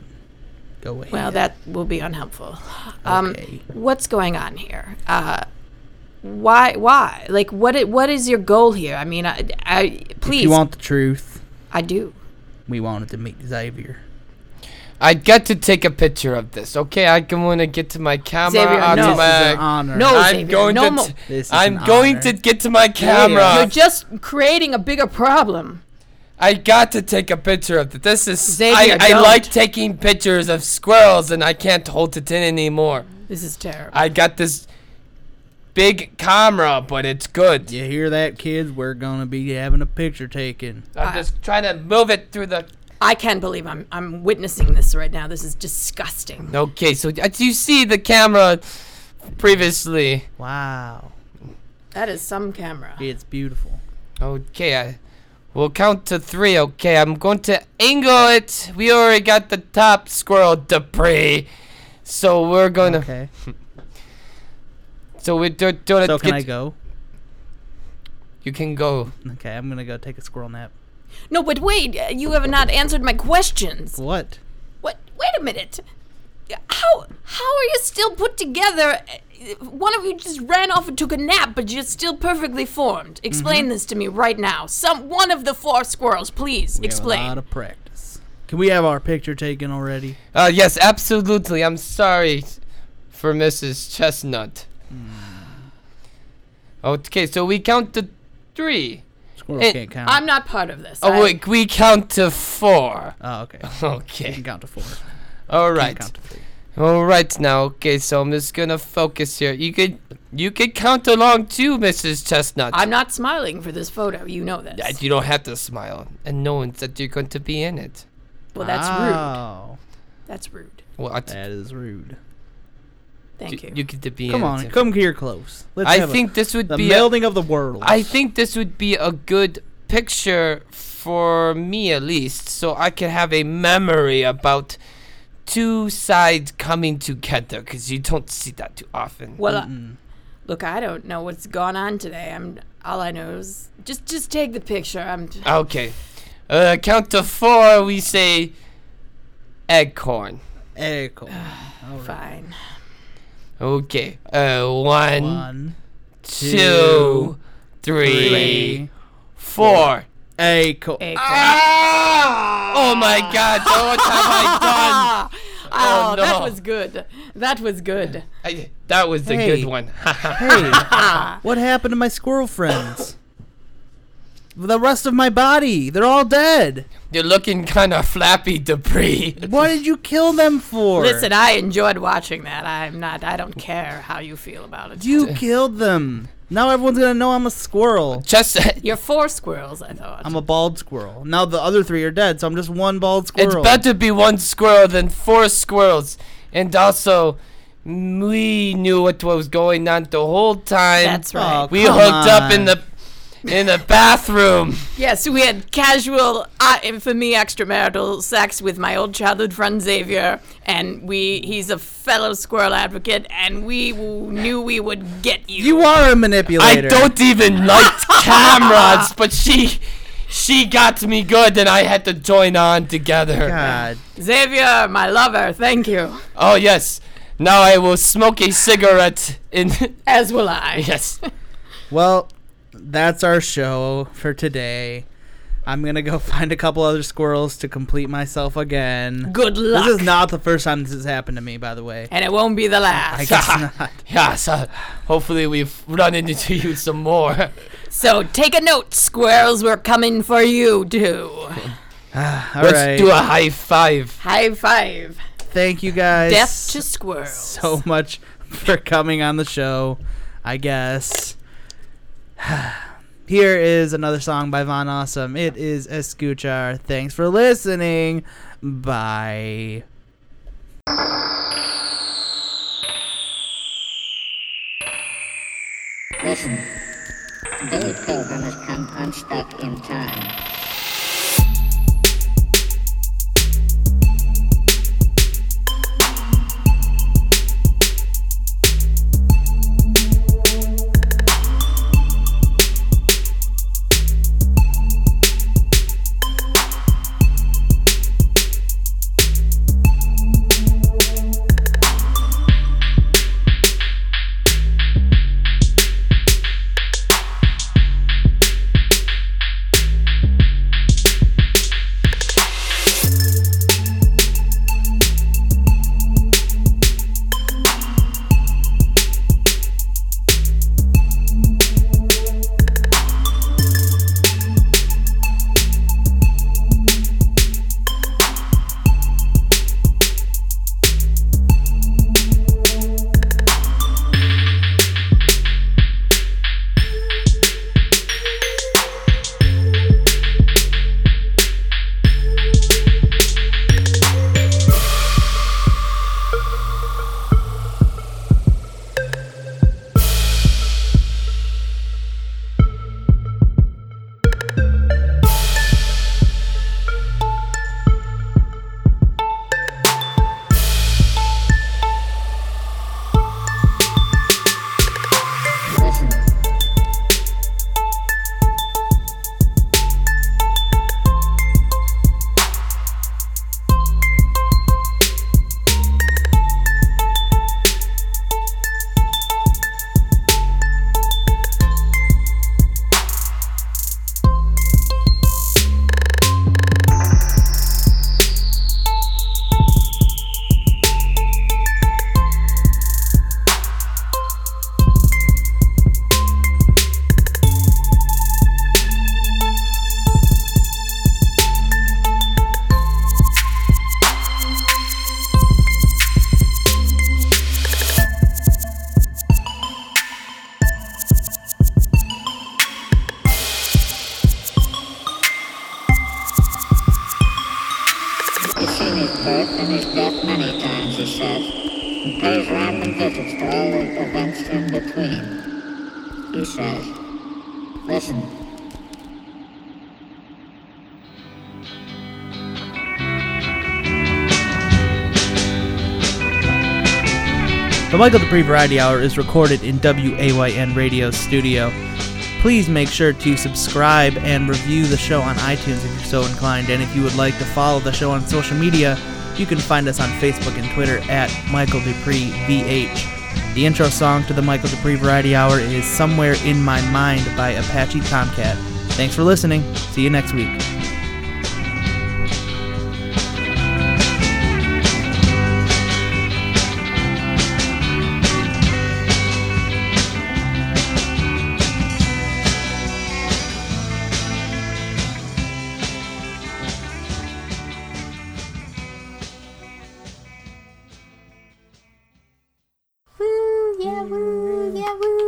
go ahead.
well, that will be unhelpful. Um,
Okay.
What's going on here? Uh, why? Why? Like, what? i- what is your goal here? I mean, I, I
If
please,
you want the truth,
I do.
we wanted to meet Xavier.
I got to take a picture of this. Okay, I can want to get to my camera.
Xavier,
on
no.
This is
my-
an honor.
No,
I'm
Xavier,
going
no
to.
mo-
t-
This is
I'm
an
going
honor.
to get to my camera.
You're just creating a bigger problem.
I got to take a picture of this. This is.
Xavier,
I, I
don't.
like taking pictures of squirrels, and I can't hold it in anymore.
This is terrible.
I got this big camera, but it's good.
You hear that, kids? We're gonna be having a picture taken.
I'm just trying to move it through the.
I can't believe I'm I'm witnessing this right now. This is disgusting.
Okay, so as you see the camera previously.
Wow,
That is some camera.
it's beautiful.
Okay, I will count to three. Okay, I'm going to angle it. We already got the top squirrel debris, so we're gonna.
Okay,
So we're do- doing
so
it.
can I
get-
go?
You can go.
Okay, I'm gonna go take a squirrel nap.
No, but wait, uh, you have not answered my questions.
What?
What? Wait a minute. How how are you still put together? Uh, One of you just ran off and took a nap, but you're still perfectly formed. Explain
Mm-hmm.
this to me right now. Some one of the four squirrels, please
We have
explain.
a lot of practice. Can we have our picture taken already?
Uh, yes, absolutely. I'm sorry for Mrs. Chestnut.
Hmm.
Okay, so we count to three.
Squirrels
It-
can't count.
I'm not part of this.
Oh,
I-
wait, we count to four.
oh, okay. You
Okay.
can count to four.
All
You
right.
Can count to three.
All right now. Okay, so I'm just gonna focus here. You could, you could count along too, Mrs. Chestnut.
I'm not smiling for this photo. You know this.
Uh, You don't have to smile, and no one said you're going to be in it. Oh,
Ah. Oh,
well, that's rude.
wow.
That's rude.
What?
That is rude.
Eh, Thank you.
You get to be.
Come
in
on,
it.
come here close. Let's
I
have a-
think this would
the
be. A,
melding of the world.
I think this would be a good picture for me at least, so I can have a memory about two sides coming together. Because you don't see that too often.
Well, uh, look, I don't know what's gone on today. I'm all I know is just just take the picture. I'm
Okay. Uh, count to four. We say eggcorn.
Echo.
fine.
Ah!
Okay. Uh, one,
One,
two, three,
three,
four.
echo.
Acorn.
Oh my God! So what have I done?
oh,
no.
that was good. That was good.
I, that was the
Hey.
good one.
Hey, what happened to my squirrel friends? the rest of my body. They're all dead.
You're looking kind of flappy, Dupree.
What did you kill them for?
Listen, I enjoyed watching that. I'm not. I don't care how you feel about it.
you killed them. Now everyone's gonna know I'm a squirrel.
Just uh,
You're four squirrels. I thought.
I'm a bald squirrel. Now the other three are dead, so I'm just one bald squirrel.
it's better to be one squirrel than four squirrels. And also, we knew what was going on the whole time.
That's right.
Oh,
We
come
hooked up in
on.
the in the bathroom.
Yes, we had casual, uh, and for me, extramarital sex with my old childhood friend Xavier, and we—he's a fellow squirrel advocate, and we w- knew we would get you.
You are a
I
manipulator.
don't even like cameras, but she she got me good, and I had to join on together.
God.
Xavier, my lover, thank you.
Oh yes, now I will smoke a cigarette in.
As will I.
yes.
Well, that's our show for today. I'm gonna go find a couple other squirrels to complete myself again.
Good luck.
This is not the first time this has happened to me, by the way.
and it won't be the last.
I guess not.
Yeah, so uh, hopefully we've run into you some more.
so take a note, squirrels. We're coming for you too.
All
Let's
right.
do a high five.
High five.
Thank you guys
Death to squirrels.
so much for coming on the show. I guess. Here is another song by Von Awesome. It is Escuchar. Thanks for listening. Bye.
Listen, Billy Pilgrim has come unstuck in time. Listen. It's seen his birth and his death many times, he says. and pays random visits to all the events in between. He says, listen.
The Michael Dupree Variety Hour is recorded in WAYN Radio Studio. Please make sure to subscribe and review the show on iTunes if you're so inclined. And if you would like to follow the show on social media, you can find us on Facebook and Twitter at Michael Dupree VH. The intro song to the Michael Dupree Variety Hour is Somewhere in My Mind by Apache Tomcat. Thanks for listening. See you next week.
Woo, yeah, woo, yeah, woo.